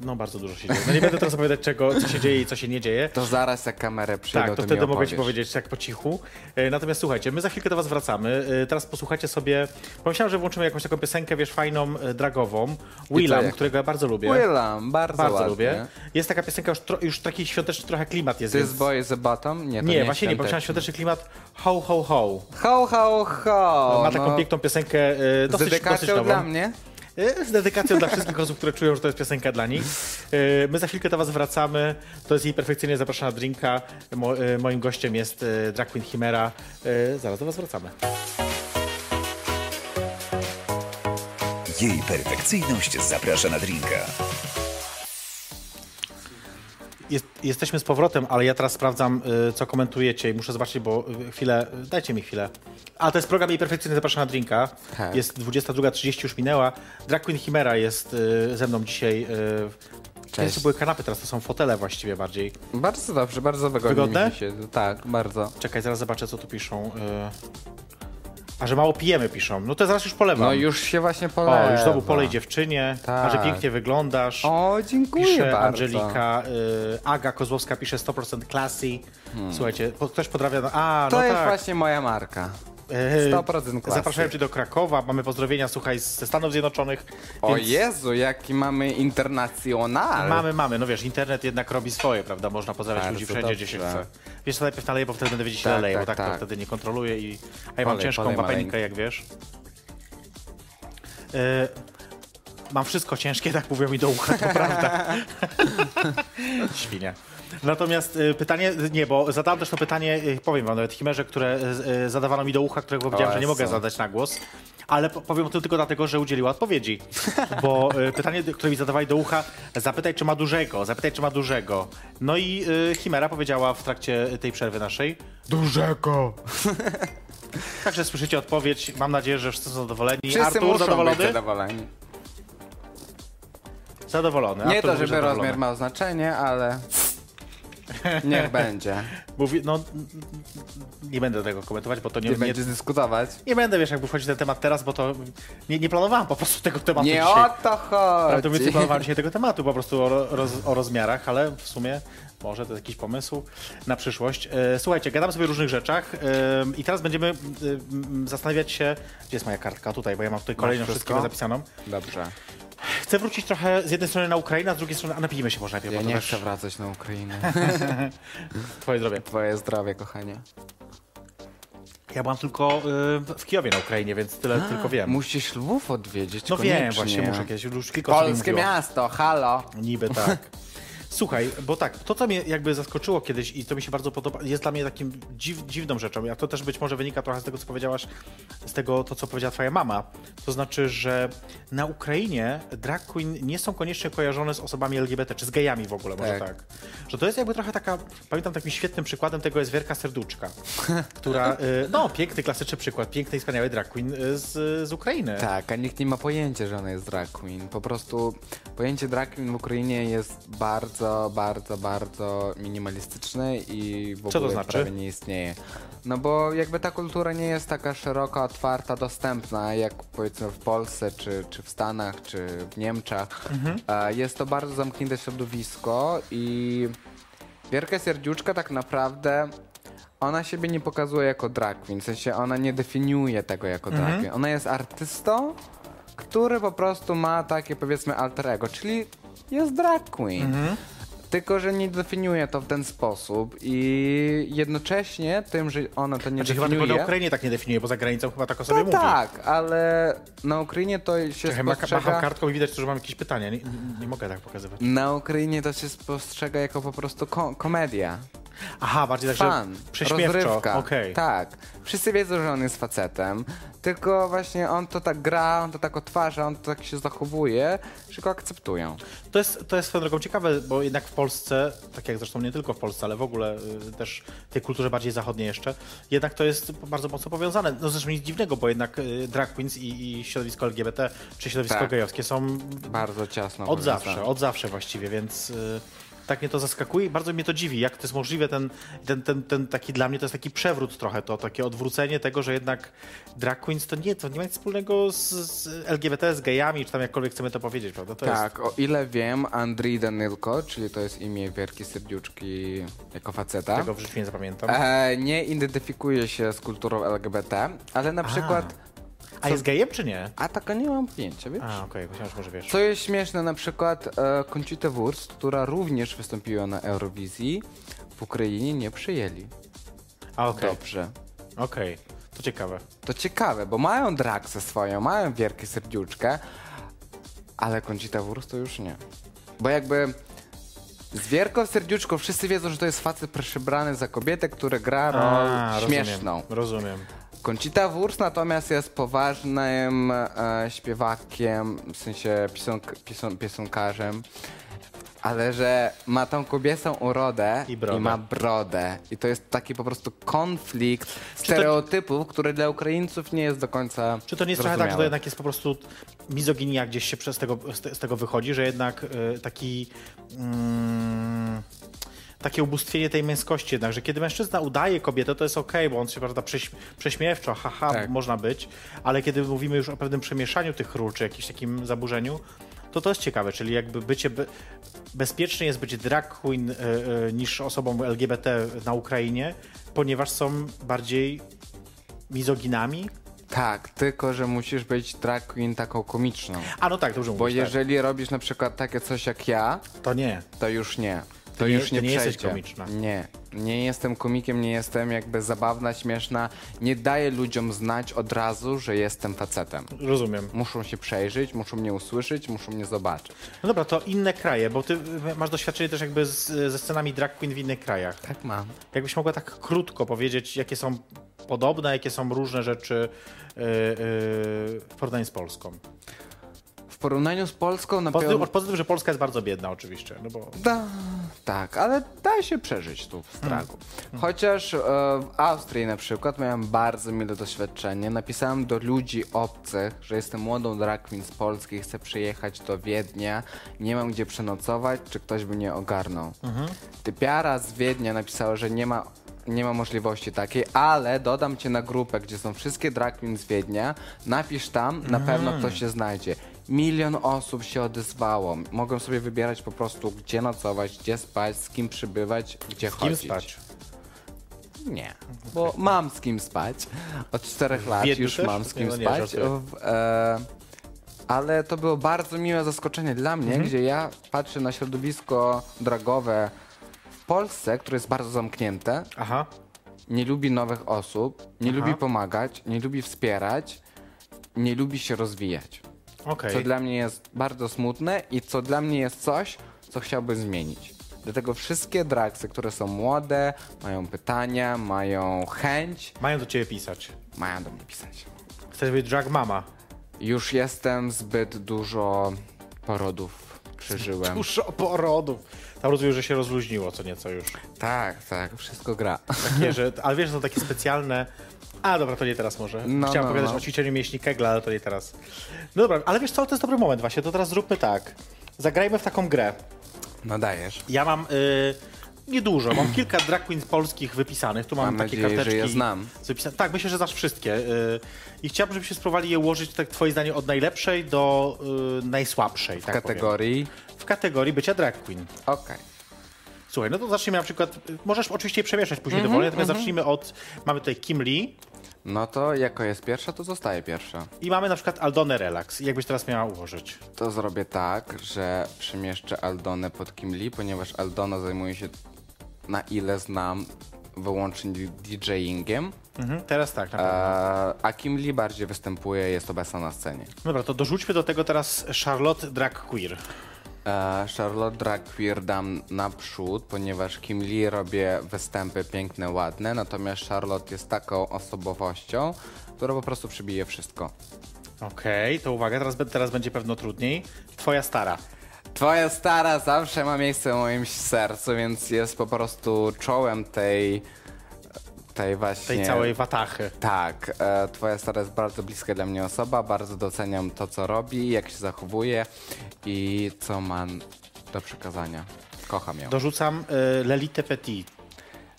S1: no bardzo dużo się dzieje. No nie będę teraz opowiadać czego, co się dzieje i co się nie dzieje.
S2: To zaraz jak kamerę przyjdą,
S1: Tak, to
S2: mi
S1: wtedy mogę ci
S2: opowiesz.
S1: powiedzieć tak po cichu. E, Natomiast słuchajcie, my za chwilkę do was wracamy. E, Teraz posłuchajcie sobie... Pomyślałem, że włączymy jakąś taką piosenkę, wiesz, fajną, e, dragową. Willam,
S2: jak?
S1: którego ja bardzo lubię.
S2: Willam, bardzo,
S1: Bardzo
S2: ładnie.
S1: lubię. Jest taka piosenka, już, tro, już taki świąteczny trochę klimat jest.
S2: To jest
S1: więc-
S2: Boy the Bottom? Nie, to
S1: nie,
S2: nie
S1: właśnie nie, bo myślałem
S2: świąteczny.
S1: świąteczny klimat ho, ho, ho.
S2: Ho, ho, ho!
S1: Ma taką piękną piosenkę, y,
S2: No.
S1: dosyć,
S2: Z
S1: dosyć
S2: dedykacją
S1: nową.
S2: dla mnie?
S1: Y, Z dedykacją dla wszystkich osób, które czują, że to jest piosenka dla nich. Y, My za chwilkę do was wracamy. To jest jej perfekcyjnie zapraszana drinka. Mo, y, moim gościem jest y, drag queen Chimera. Y, Zaraz do was wracamy.
S3: Jej perfekcyjność zaprasza na drinka.
S1: Jest, jesteśmy z powrotem, ale ja teraz sprawdzam, y, co komentujecie i muszę zobaczyć, bo y, chwilę, dajcie mi chwilę. A to jest program jej perfekcyjnie zapraszana drinka.
S2: Tak.
S1: Jest 22.30 już minęła. Drag Queen Chimera jest y, ze mną dzisiaj. y, Kiedyś to były kanapy, teraz to są fotele właściwie bardziej.
S2: Bardzo dobrze, bardzo wygodnie
S1: Wygodne?
S2: mi się siedzę. Tak, bardzo.
S1: Czekaj, zaraz zobaczę, co tu piszą. y. A że mało pijemy, piszą. No to zaraz już polewam.
S2: No już się właśnie polewa.
S1: O, już znowu polej dziewczynie. A że
S2: Tak.
S1: pięknie wyglądasz.
S2: O, dziękuję
S1: Pisze
S2: bardzo.
S1: Angelika, y, Aga Kozłowska pisze 100% classy. Słuchajcie, po, ktoś podrabia. No, a,
S2: Hmm. To
S1: no
S2: jest
S1: tak.
S2: właśnie moja marka.
S1: E,
S2: 100% klasy.
S1: Zapraszałem cię do Krakowa. Mamy pozdrowienia, słuchaj, ze Stanów Zjednoczonych.
S2: O
S1: więc
S2: Jezu, jaki mamy internacjonal.
S1: Mamy, mamy. No wiesz, internet jednak robi swoje, prawda? Można pozdrawiać
S2: Tak. Bardzo
S1: ludzi wszędzie, gdzie się
S2: dobrze.
S1: chce. Wiesz, co najpierw naleję, bo wtedy będę wiedzieć, ile
S2: Tak,
S1: leję, bo
S2: tak,
S1: tak, to
S2: tak.
S1: wtedy nie kontroluję i... A ja mam
S2: Polej,
S1: ciężką
S2: polej
S1: wapenikę,
S2: maleńko.
S1: jak wiesz. E, mam wszystko ciężkie, tak mówią mi do ucha, to prawda. Świnie. Natomiast y, pytanie, nie, bo zadałem też to pytanie, y, powiem wam nawet, Chimerze, które y, y, zadawano mi do ucha, którego powiedziałem, że nie mogę
S2: Jezu.
S1: zadać na głos, ale po- powiem to tylko dlatego, że udzieliła odpowiedzi. Bo y, pytanie, które mi zadawali do ucha, zapytaj, czy ma dużego, zapytaj, czy ma dużego. No i y, Chimera powiedziała w trakcie tej przerwy naszej,
S2: dużego.
S1: także słyszycie odpowiedź, mam nadzieję, że wszyscy są zadowoleni.
S2: Wszyscy
S1: Artur,
S2: muszą
S1: zadowolony?
S2: być zadowoleni.
S1: Zadowolony.
S2: Nie
S1: Artur
S2: to,
S1: mówi,
S2: żeby
S1: zadowolony.
S2: rozmiar miał znaczenie, ale Niech będzie.
S1: Mówi, no, n- n- nie będę tego komentować, bo to nie,
S2: Nie
S1: nie, nie,
S2: będziesz dyskutować.
S1: będę, wiesz, jakby wchodzić na temat teraz, bo to nie, nie planowałem po prostu tego tematu
S2: Nie
S1: dzisiaj.
S2: o to
S1: Prawdę mówiąc, nie
S2: chodzi.
S1: planowałem dzisiaj tego tematu, po prostu o, ro- roz, o rozmiarach, ale w sumie może to jest jakiś pomysł na przyszłość. E, Słuchajcie, gadamy sobie o różnych rzeczach e, i teraz będziemy e, m, zastanawiać się, gdzie jest moja kartka tutaj, bo ja mam tutaj kolejną
S2: wszystko?
S1: wszystkiego zapisaną.
S2: Dobrze.
S1: Chcę wrócić trochę z jednej strony na Ukrainę, a z drugiej strony, a napijmy się może najpierw,
S2: Ja
S1: bo to
S2: nie
S1: też
S2: chcę wracać na Ukrainę.
S1: twoje zdrowie.
S2: Twoje zdrowie, kochanie.
S1: Ja byłam tylko y, w Kijowie na Ukrainie, więc tyle tylko wiem.
S2: Musisz Lwów odwiedzić
S1: no
S2: koniecznie.
S1: wiem, właśnie muszę kiedyś, już kilka osób mi
S2: Polskie
S1: mówiło.
S2: miasto, halo.
S1: Niby tak. Słuchaj, bo tak, to co mnie jakby zaskoczyło kiedyś i to mi się bardzo podoba, jest dla mnie takim dziw, dziwną rzeczą, a to też być może wynika trochę z tego, co powiedziałaś, z tego, to co powiedziała twoja mama, to znaczy, że na Ukrainie drag queen nie są koniecznie kojarzone z osobami LGBT, czy z gejami w ogóle, może
S2: Tak.
S1: tak. Że to jest jakby trochę taka, pamiętam takim świetnym przykładem tego jest Wierka Serduczka,
S2: Tak.
S1: która, y, no piękny, klasyczny przykład, pięknej, wspaniałej drag queen y, z, z Ukrainy.
S2: Tak, a nikt nie ma pojęcia, że ona jest drag queen. Po prostu pojęcie drag queen w Ukrainie jest bardzo, bardzo, bardzo minimalistyczne i w ogóle
S1: to znaczy?
S2: prawie nie istnieje. No bo jakby ta kultura nie jest taka szeroko otwarta, dostępna, jak powiedzmy w Polsce, czy, czy w Stanach, czy w Niemczech.
S1: Mhm.
S2: E, Jest to bardzo zamknięte środowisko i Wierka Serdziuczka tak naprawdę ona siebie nie pokazuje jako drag queen, w sensie ona nie definiuje tego jako
S1: Mhm.
S2: drag queen. Ona jest artystą, który po prostu ma takie powiedzmy alter ego, czyli jest drag queen.
S1: Mhm.
S2: Tylko, że nie definiuje to w ten sposób i jednocześnie tym, że ona to nie
S1: Znaczy chyba
S2: definiuje...
S1: tylko na Ukrainie tak nie definiuje, bo za granicą chyba tak o sobie
S2: to
S1: mówi.
S2: tak, ale na Ukrainie to się
S1: Czekaj, maka-
S2: spostrzega...
S1: macham kartką i widać, że mam jakieś pytania. Nie, nie- nie mogę tak pokazywać.
S2: Na Ukrainie to się spostrzega jako po prostu ko- komedia.
S1: Aha, bardziej tak, że
S2: Fan,
S1: prześmiewczo.
S2: rozrywka.
S1: Okej.
S2: Tak. Wszyscy wiedzą, że on jest facetem, tylko właśnie on to tak gra, on to tak otwarza, on to tak się zachowuje, że go akceptują.
S1: To jest, to jest swoją drogą ciekawe, bo jednak w Polsce, tak jak zresztą nie tylko w Polsce, ale w ogóle y, też w tej kulturze bardziej zachodniej jeszcze, jednak to jest bardzo mocno powiązane. No zresztą nic dziwnego, bo jednak y, drag queens i, i środowisko LGBT czy środowisko
S2: Tak.
S1: gejowskie są
S2: Bardzo ciasno.
S1: od
S2: powiązane.
S1: zawsze, od zawsze właściwie, więc... Y, tak mnie to zaskakuje i bardzo mnie to dziwi, jak to jest możliwe, ten, ten, ten, ten taki dla mnie to jest taki przewrót trochę, to takie odwrócenie tego, że jednak drag queens to nie, to nie ma nic wspólnego z, z LGBT, z gejami, czy tam jakkolwiek chcemy to powiedzieć, prawda? To jest,
S2: Tak, o ile wiem, Andrii Danylko, czyli to jest imię Wierki Serdziuczki jako faceta,
S1: tego w życiu nie zapamiętam.
S2: e, nie identyfikuje się z kulturą LGBT, ale na przykład...
S1: A jest gejem czy nie?
S2: A taka nie mam pojęcia, wiesz?
S1: A, okej, myślałem, że może wiesz.
S2: Co jest śmieszne, na przykład e, Conchita Wurst, która również wystąpiła na Eurowizji, w Ukrainie nie przyjęli.
S1: A, okej,
S2: Dobrze.
S1: okej. To ciekawe.
S2: To ciekawe, bo mają Draxę swoją, mają Wielkie Serdziuczkę, ale Conchita Wurst to już nie. Bo jakby z Wierką Serdziuczką wszyscy wiedzą, że to jest facet przeszybrany za kobietę, który gra
S1: A,
S2: rolę No, śmieszną.
S1: Rozumiem. rozumiem.
S2: Conchita Wurst natomiast jest poważnym e, śpiewakiem, w sensie piosenk- piosen- piosenkarzem, ale że ma tą kobiecą urodę
S1: I brodę.
S2: ma brodę. I to jest taki po prostu konflikt stereotypów, który dla Ukraińców nie jest do końca
S1: Czy to nie jest trochę tak, że to
S2: zrozumiały.
S1: jednak jest po prostu mizoginia gdzieś się przez tego, z, te- z tego wychodzi, że jednak y, taki... Mm, takie ubóstwienie tej męskości jednak, że kiedy mężczyzna udaje kobietę, to jest okej, bo on się, prawda, prześ- prześmiewczo, haha,
S2: Tak.
S1: można być, ale kiedy mówimy już o pewnym przemieszaniu tych ról, czy jakimś takim zaburzeniu, to to jest ciekawe, czyli jakby bycie, be- bezpieczniej jest być drag queen y, y, niż osobą LGBT na Ukrainie, ponieważ są bardziej mizoginami.
S2: Tak, tylko że musisz być drag queen taką komiczną.
S1: A no tak, dobrze mówisz,
S2: Bo
S1: tak.
S2: jeżeli robisz na przykład takie coś jak ja,
S1: To nie.
S2: To już nie. To
S1: Ty nie-
S2: już nie,
S1: ty nie
S2: przejdzie.
S1: jesteś komiczna.
S2: Nie. Nie jestem komikiem, nie jestem jakby zabawna, śmieszna. Nie daję ludziom znać od razu, że jestem facetem.
S1: Rozumiem.
S2: Muszą się przejrzeć, muszą mnie usłyszeć, muszą mnie zobaczyć.
S1: No dobra, to inne kraje, bo ty y, masz doświadczenie też jakby z, ze scenami drag queen w innych krajach.
S2: Tak mam.
S1: Jakbyś mogła tak krótko powiedzieć, jakie są podobne, jakie są różne rzeczy y, y, w porównaniu z Polską.
S2: W porównaniu z Polską na
S1: Poza tym,
S2: pewno...
S1: poza tym, że Polska jest bardzo biedna oczywiście, no bo
S2: Da, tak, ale da się przeżyć tu w stragu. Chociaż e, w Austrii na przykład miałem bardzo mile doświadczenie. Napisałem do ludzi obcych, że jestem młodą drag queen z Polski, chcę przyjechać do Wiednia, nie mam gdzie przenocować, czy ktoś by mnie ogarnął. Typiara z Wiednia napisała, że nie ma nie ma możliwości takiej, ale dodam cię na grupę, gdzie są wszystkie drag queen z Wiednia. Napisz tam, na pewno
S1: Mm.
S2: ktoś się znajdzie. Milion osób się odezwało. Mogą sobie wybierać po prostu, gdzie nocować, gdzie spać, z kim przybywać, gdzie
S1: kim
S2: chodzić.
S1: spać?
S2: Nie, bo mam z kim spać. Od czterech lat
S1: Wiedniu
S2: już
S1: też?
S2: mam z kim
S1: Nie, no nie,
S2: spać.
S1: żartuję.
S2: W, e, ale to było bardzo miłe zaskoczenie dla mnie,
S1: Mhm.
S2: gdzie ja patrzę na środowisko dragowe w Polsce, które jest bardzo zamknięte,
S1: Aha.
S2: nie lubi nowych osób, nie
S1: Aha.
S2: lubi pomagać, nie lubi wspierać, nie lubi się rozwijać.
S1: Okej.
S2: Co dla mnie jest bardzo smutne i co dla mnie jest coś, co chciałbym zmienić. Dlatego wszystkie dragsy, które są młode, mają pytania, mają chęć,
S1: Mają do ciebie pisać.
S2: mają do mnie pisać.
S1: Chcesz być drag mama.
S2: Już jestem zbyt dużo porodów przeżyłem.
S1: Dużo porodów. Tam rozumiem, że się rozluźniło co nieco już.
S2: Tak, tak, wszystko gra.
S1: Takie, że, ale wiesz, że są takie specjalne... A, dobra, to nie teraz może.
S2: No,
S1: Chciałem
S2: no,
S1: powiedzieć
S2: no.
S1: o ćwiczeniu mięśni Kegla, ale to nie teraz. No dobra, ale wiesz co, to jest dobry moment właśnie, to teraz zróbmy tak. Zagrajmy w taką grę.
S2: Nadajesz.
S1: Ja mam y, niedużo, mam kilka drag queen polskich wypisanych. Tu mam
S2: Mam
S1: takie
S2: nadzieję, że
S1: karteczki.
S2: je znam.
S1: z wypisa- Tak, myślę, że znasz wszystkie. y, I chciałbym, żebyśmy spróbowali je ułożyć, tak twoje zdanie, od najlepszej do y, najsłabszej.
S2: W
S1: tak
S2: kategorii.
S1: Powiem. W kategorii bycia drag queen.
S2: Okej.
S1: Słuchaj, no to zacznijmy na przykład, y, możesz oczywiście je przemieszać później
S2: Mhm,
S1: dowolnie, natomiast zacznijmy od, mamy tutaj Kim Lee
S2: No to jako jest pierwsza, to zostaje pierwsza.
S1: i mamy na przykład Aldonę Relax. Jakbyś teraz miała ułożyć?
S2: To zrobię tak, że przemieszczę Aldonę pod Kimli, ponieważ Aldona zajmuje się, na ile znam, wyłącznie DJingiem,
S1: Mhm, teraz tak, na
S2: e,
S1: pewno.
S2: a Kimli bardziej występuje, jest obecna na scenie.
S1: No Dobra, to dorzućmy do tego teraz Charlotte Drag Queer.
S2: E, Charlotte Drag Queer dam naprzód, ponieważ Kimli robię występy piękne, ładne, natomiast Charlotte jest taką osobowością, która po prostu przybije wszystko.
S1: Okej, to uwaga, teraz, be- teraz będzie pewno trudniej. Twoja stara.
S2: Twoja stara zawsze ma miejsce w moim sercu, więc jest po prostu czołem tej. tej właśnie.
S1: tej całej watachy.
S2: Tak, e, twoja stara jest bardzo bliska dla mnie osoba, bardzo doceniam to, co robi, jak się zachowuje i co ma do przekazania. Kocham ją.
S1: Dorzucam y, Lelite Petit.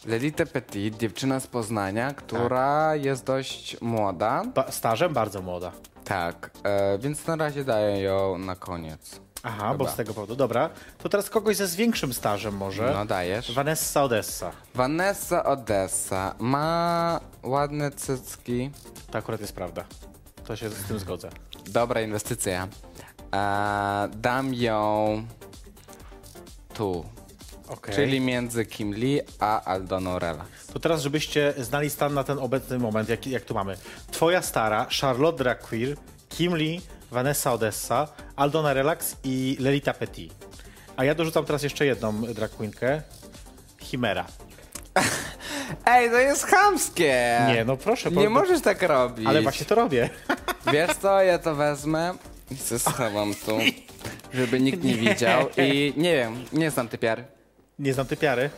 S2: Lelita Petit, dziewczyna z Poznania,
S1: Tak.
S2: która jest dość młoda.
S1: Ba- starzem bardzo młoda.
S2: Tak, e, więc na razie daję ją na koniec.
S1: Aha, bo z tego powodu. Dobra, to teraz kogoś ze z większym stażem może.
S2: No dajesz.
S1: Vanessa Odessa.
S2: Vanessa Odessa ma ładne cycki.
S1: To akurat jest prawda. To się z tym zgodzę.
S2: Dobra inwestycja. E, dam ją tu.
S1: Okay.
S2: Czyli między Kim Lee a Aldoną Rela.
S1: To teraz, żebyście znali stan na ten obecny moment, jak, jak tu mamy. Twoja stara, Charlotte Drag Queer, Kim Lee, Vanessa Odessa, Aldona Relax i Lelita Petit. A ja dorzucam teraz jeszcze jedną drag queenkę. Chimera.
S2: Ej, to jest chamskie!
S1: Nie, no proszę,
S2: Tak. Nie
S1: bo-
S2: możesz tak robić.
S1: Ale właśnie to robię.
S2: Wiesz co, ja to wezmę i se schowam tu, żeby nikt nie widział. I nie wiem, nie znam typiary.
S1: Nie znam typiary.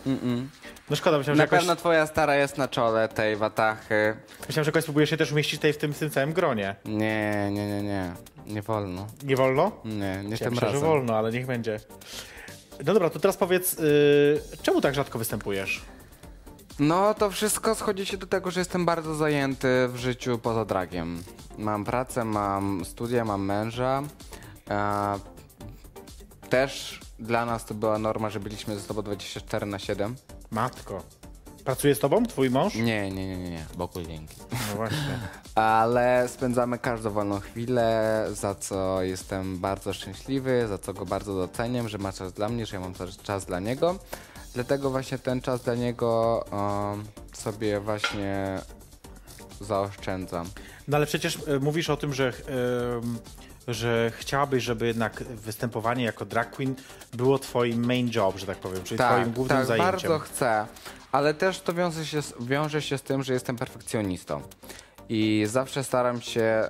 S1: No szkoda, myślałem, że,
S2: Na
S1: jakoś,
S2: pewno twoja stara jest na czole tej watachy.
S1: myślałem, że jakoś spróbujesz się też umieścić tutaj w tym, w tym całym gronie.
S2: Nie, nie, nie, nie. Nie wolno.
S1: Nie wolno?
S2: Nie, nie
S1: Ja
S2: Mm, tym
S1: myślę, że
S2: razem.
S1: wolno, ale niech będzie. No dobra, to teraz powiedz, y, czemu tak rzadko występujesz?
S2: No to wszystko schodzi się do tego, że jestem bardzo zajęty w życiu poza dragiem. Mam pracę, mam studia, mam męża. E, też dla nas to była norma, że byliśmy ze sobą 24 na 7.
S1: Matko. Pracuje z tobą twój mąż?
S2: Nie, nie, nie, nie, nie. Boku dzięki.
S1: No właśnie.
S2: Ale spędzamy każdą wolną chwilę, za co jestem bardzo szczęśliwy, za co go bardzo doceniam, że ma czas dla mnie, że ja mam też czas dla niego. Dlatego właśnie ten czas dla niego em, sobie właśnie zaoszczędzam.
S1: No ale przecież y, mówisz o tym, że, ym, że chciałabyś, żeby jednak występowanie jako drag queen było twoim main job, że tak powiem, czyli twoim głównym
S2: tak,
S1: zajęciem.
S2: bardzo chcę, ale też to wiąże się, z, wiąże się z tym, że jestem perfekcjonistą i zawsze staram się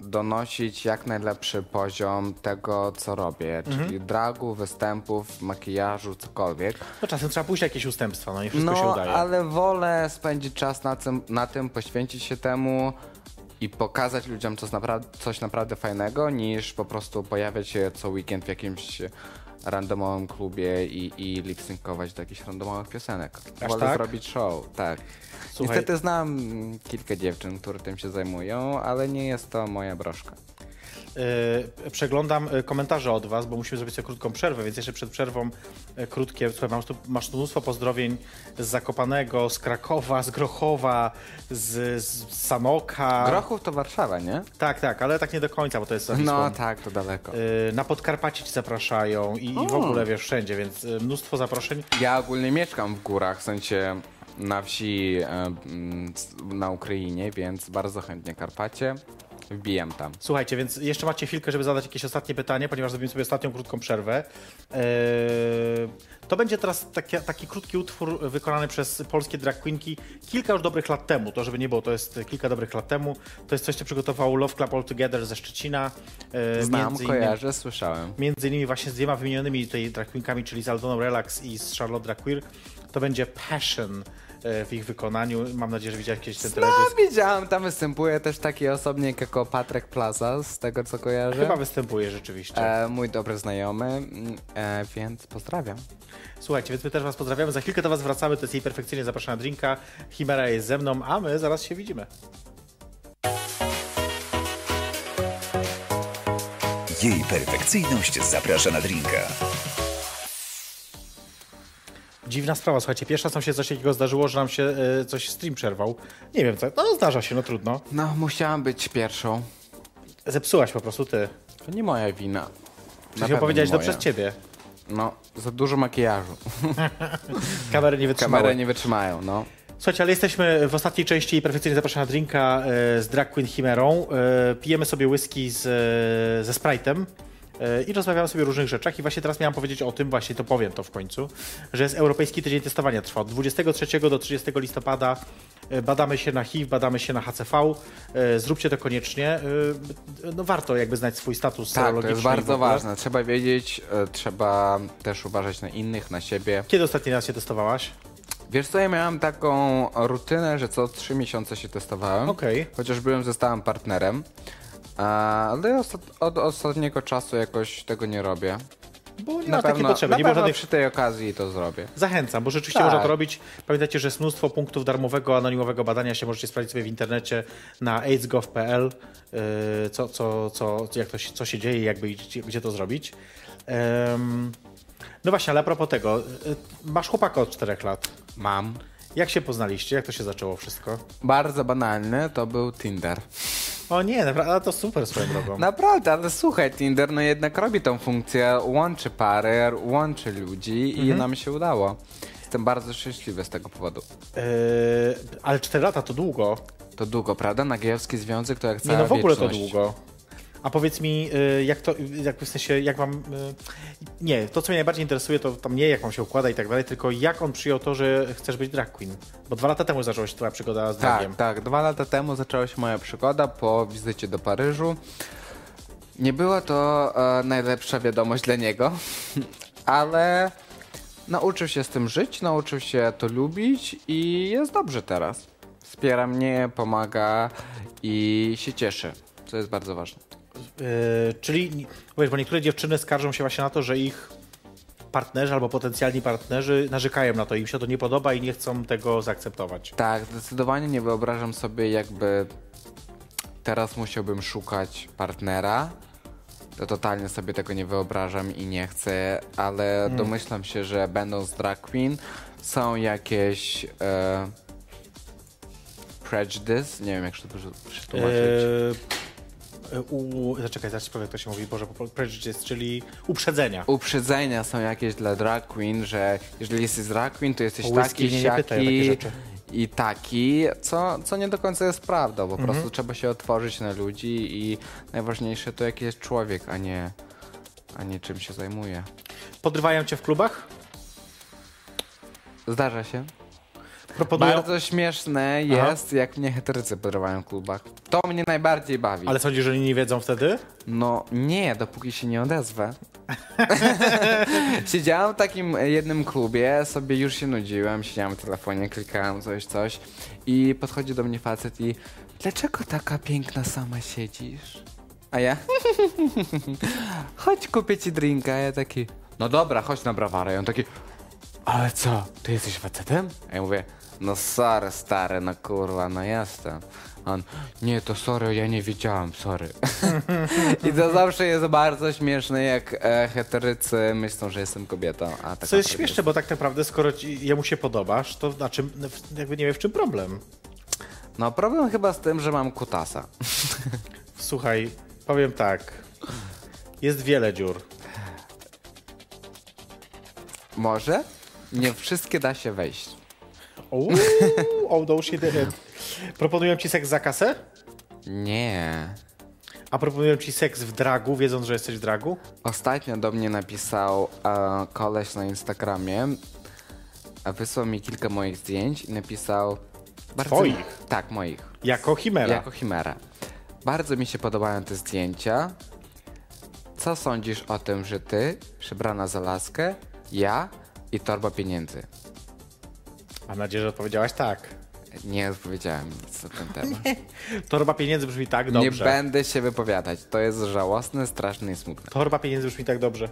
S2: donosić jak najlepszy poziom tego, co robię,
S1: Mhm.
S2: czyli dragu, występów, makijażu, cokolwiek.
S1: No czasem trzeba pójść na jakieś ustępstwa, no nie wszystko
S2: no,
S1: się udaje.
S2: ale wolę spędzić czas na tym, na tym, poświęcić się temu i pokazać ludziom coś naprawdę, coś naprawdę fajnego, niż po prostu pojawiać się co weekend w jakimś randomowym klubie i, i lip-synkować do jakichś randomowych piosenek.
S1: Aż
S2: wolę
S1: tak?
S2: zrobić show, tak.
S1: Słuchaj-
S2: Niestety znam kilka dziewczyn, które tym się zajmują, ale nie jest to moja broszka.
S1: E, przeglądam e, komentarze od was, bo musimy zrobić sobie krótką przerwę, więc jeszcze przed przerwą e, krótkie, słuchaj, masz tu, masz tu mnóstwo pozdrowień z Zakopanego, z Krakowa, z Grochowa, z, z Sanoka.
S2: Grochów to Warszawa, nie?
S1: Tak, tak, ale tak nie do końca, bo to jest za
S2: No
S1: Wisłą.
S2: tak, to daleko.
S1: E, Na Podkarpacie ci zapraszają i, i w ogóle wiesz wszędzie, więc e, mnóstwo zaproszeń.
S2: Ja ogólnie mieszkam w górach, w sensie na wsi e, mm, s- na Ukrainie, więc bardzo chętnie Karpacie. Wbijam tam.
S1: Słuchajcie, więc jeszcze macie chwilkę, żeby zadać jakieś ostatnie pytanie, ponieważ zrobimy sobie ostatnią krótką przerwę. Eee, To będzie teraz taki, taki krótki utwór wykonany przez polskie drag queenki kilka już dobrych lat temu. To, żeby nie było, to jest kilka dobrych lat temu. To jest coś, co przygotował Love Club All Together ze Szczecina. Eee,
S2: Znam,
S1: między innymi-
S2: kojarzę, słyszałem.
S1: między innymi właśnie z dwiema wymienionymi tutaj drag queenkami, czyli z Aldoną Relax i z Charlotte Drag Queer. To będzie Passion e, w ich wykonaniu. Mam nadzieję, że widziałeś kiedyś ten
S2: No,
S1: teledysk.
S2: widziałem, tam występuje też taki osobnik jako Patryk Plaza, z tego co kojarzę.
S1: Chyba występuje rzeczywiście.
S2: E, mój dobry znajomy, mm, e, więc pozdrawiam.
S1: Słuchajcie, więc my też was pozdrawiamy. Za chwilkę do was wracamy. To jest jej perfekcyjnie zapraszana drinka. Chimera jest ze mną, a my zaraz się widzimy.
S3: Jej perfekcyjność zaprasza na drinka.
S1: Dziwna sprawa, słuchajcie, pierwsza sam się coś takiego zdarzyło, że nam się e, coś stream przerwał. Nie wiem co, no zdarza się, no trudno.
S2: No, musiałam być pierwszą.
S1: Zepsułaś po prostu ty.
S2: To nie moja wina. Na
S1: Chciałem
S2: pewno
S1: powiedziałeś
S2: nie
S1: to przez
S2: moja.
S1: ciebie.
S2: No, za dużo makijażu.
S1: Kamery nie wytrzymały.
S2: Kamery nie wytrzymają, no.
S1: Słuchajcie, ale jesteśmy w ostatniej części i perfekcyjnie zapraszana drinka e, z Drag Queen Chimerą. E, pijemy sobie whisky z, e, ze Sprite'em e, i rozmawiamy sobie o różnych rzeczach. I właśnie teraz miałam powiedzieć o tym, właśnie to powiem to w końcu, że jest Europejski Tydzień Testowania. Trwa od 23 do 30 listopada. E, Badamy się na HIV, badamy się na HCV. E, Zróbcie to koniecznie. E, No warto jakby znać swój status
S2: Tak, to
S1: serologiczny
S2: jest
S1: i w
S2: bardzo
S1: ogóle.
S2: ważne. Trzeba wiedzieć, e, trzeba też uważać na innych, na siebie.
S1: Kiedy ostatni raz się testowałaś?
S2: Wiesz co, ja miałam taką rutynę, że co trzy miesiące się testowałem.
S1: Okej.
S2: Chociaż byłem ze stałym partnerem. A, Ale ostat od ostatniego czasu jakoś tego nie robię.
S1: Bo nie
S2: Na
S1: ma takiej
S2: pewno,
S1: No, potrzeby.
S2: na
S1: Nie było
S2: pewno
S1: żadnych
S2: przy tej okazji to zrobię.
S1: Zachęcam, bo rzeczywiście
S2: Tak.
S1: można to robić. Pamiętajcie, że jest mnóstwo punktów darmowego, anonimowego badania się możecie sprawdzić sobie w internecie na aidsgov.pl, yy, co, co, co, jak to się, co się dzieje, jakby i gdzie, gdzie to zrobić. Em, no właśnie, ale a propos tego, yy, masz chłopaka od czterech lat.
S2: Mam.
S1: Jak się poznaliście? Jak to się zaczęło wszystko?
S2: Bardzo banalny to był Tinder.
S1: O nie, naprawdę, ale to super swoją drogą.
S2: Naprawdę, ale słuchaj, Tinder no jednak robi tą funkcję, łączy pary, łączy ludzi
S1: Mhm.
S2: i nam się udało. Jestem bardzo szczęśliwy z tego powodu.
S1: Yy, ale cztery lata to długo.
S2: To długo, prawda? Na gejowski związek to jak
S1: Nie,
S2: cała
S1: no w ogóle to
S2: wieczność.
S1: długo. A powiedz mi, y, jak to, jak w sensie, jak wam, y, nie, to co mnie najbardziej interesuje, to tam nie jak wam się układa i tak dalej, tylko jak on przyjął to, że chcesz być drag queen? Bo dwa lata temu zaczęła się twoja przygoda z dragiem.
S2: Tak, tak. Dwa lata temu zaczęła się moja przygoda po wizycie do Paryżu. Nie była to e, najlepsza wiadomość dla niego, ale nauczył się z tym żyć, nauczył się to lubić i jest dobrze teraz. Wspiera mnie, pomaga i się cieszy, co jest bardzo ważne.
S1: Y, czyli, wiesz, bo niektóre dziewczyny skarżą się właśnie na to, że ich partnerzy albo potencjalni partnerzy narzekają na to, im się to nie podoba i nie chcą tego zaakceptować.
S2: Tak, zdecydowanie nie wyobrażam sobie, jakby teraz musiałbym szukać partnera. To totalnie sobie tego nie wyobrażam i nie chcę, ale domyślam się, że będąc drag queen są jakieś e, prejudice, nie wiem jak się to przetłu-
S1: E,
S2: przetłumaczyć.
S1: Y, u, zaczekaj, zaraz ci powiem, jak to się mówi, Boże, po pol- prejudice, czyli uprzedzenia.
S2: Uprzedzenia są jakieś dla drag queen, że jeżeli jesteś drag queen, to jesteś
S1: O whisky
S2: taki,
S1: mnie nie pytaj o takie
S2: siaki
S1: rzeczy.
S2: i taki, co, co nie do końca jest prawdą. Po
S1: Mhm.
S2: prostu trzeba się otworzyć na ludzi i najważniejsze to jaki jest człowiek, a nie, a nie czym się zajmuje.
S1: Podrywają cię w klubach?
S2: Zdarza się.
S1: proponują...
S2: Bardzo śmieszne
S1: Aha.
S2: jest, jak mnie heterycy podrywają w klubach. To mnie najbardziej bawi.
S1: Ale sądzisz, że oni nie wiedzą wtedy?
S2: No nie, dopóki się nie odezwę. siedziałem w takim e, jednym klubie, sobie już się nudziłem, siedziałem w telefonie, klikałem coś, coś i podchodzi do mnie facet i dlaczego taka piękna sama siedzisz? A ja? chodź kupię ci drinka, a ja taki no dobra, chodź na browarę. I on taki ale co, ty jesteś facetem? A ja mówię, no sorry stary, no kurwa, no jestem. A on, nie, to sorry, ja nie wiedziałem, sorry. I to zawsze jest bardzo śmieszne, jak e, heterycy myślą, że jestem kobietą, a tak
S1: Co jest
S2: naprawdę
S1: śmieszne, bo tak naprawdę skoro ci, jemu się podobasz, to na czym, jakby nie wiem w czym problem.
S2: jest- No problem chyba z tym, że mam kutasa.
S1: Słuchaj, powiem tak. Jest wiele dziur.
S2: Może? Nie wszystkie da się wejść.
S1: Uuu, Although she did it. Proponują ci seks za kasę?
S2: Nie.
S1: A proponują ci seks w dragu, wiedząc, że jesteś w dragu?
S2: Ostatnio do mnie napisał e, koleś na Instagramie. A wysłał mi kilka moich zdjęć i napisał. Bardzo
S1: Twoich?
S2: Tak, moich.
S1: Jako chimera.
S2: Jako chimera. Bardzo mi się podobają te zdjęcia. Co sądzisz o tym, że ty, przebrana za laskę, ja i torba pieniędzy?
S1: Mam nadzieję, że odpowiedziałaś tak.
S2: Nie odpowiedziałem nic na ten temat.
S1: Torba pieniędzy brzmi tak
S2: Nie
S1: dobrze.
S2: będę się wypowiadać. To jest żałosne, straszne i smutne.
S1: Torba pieniędzy brzmi tak dobrze.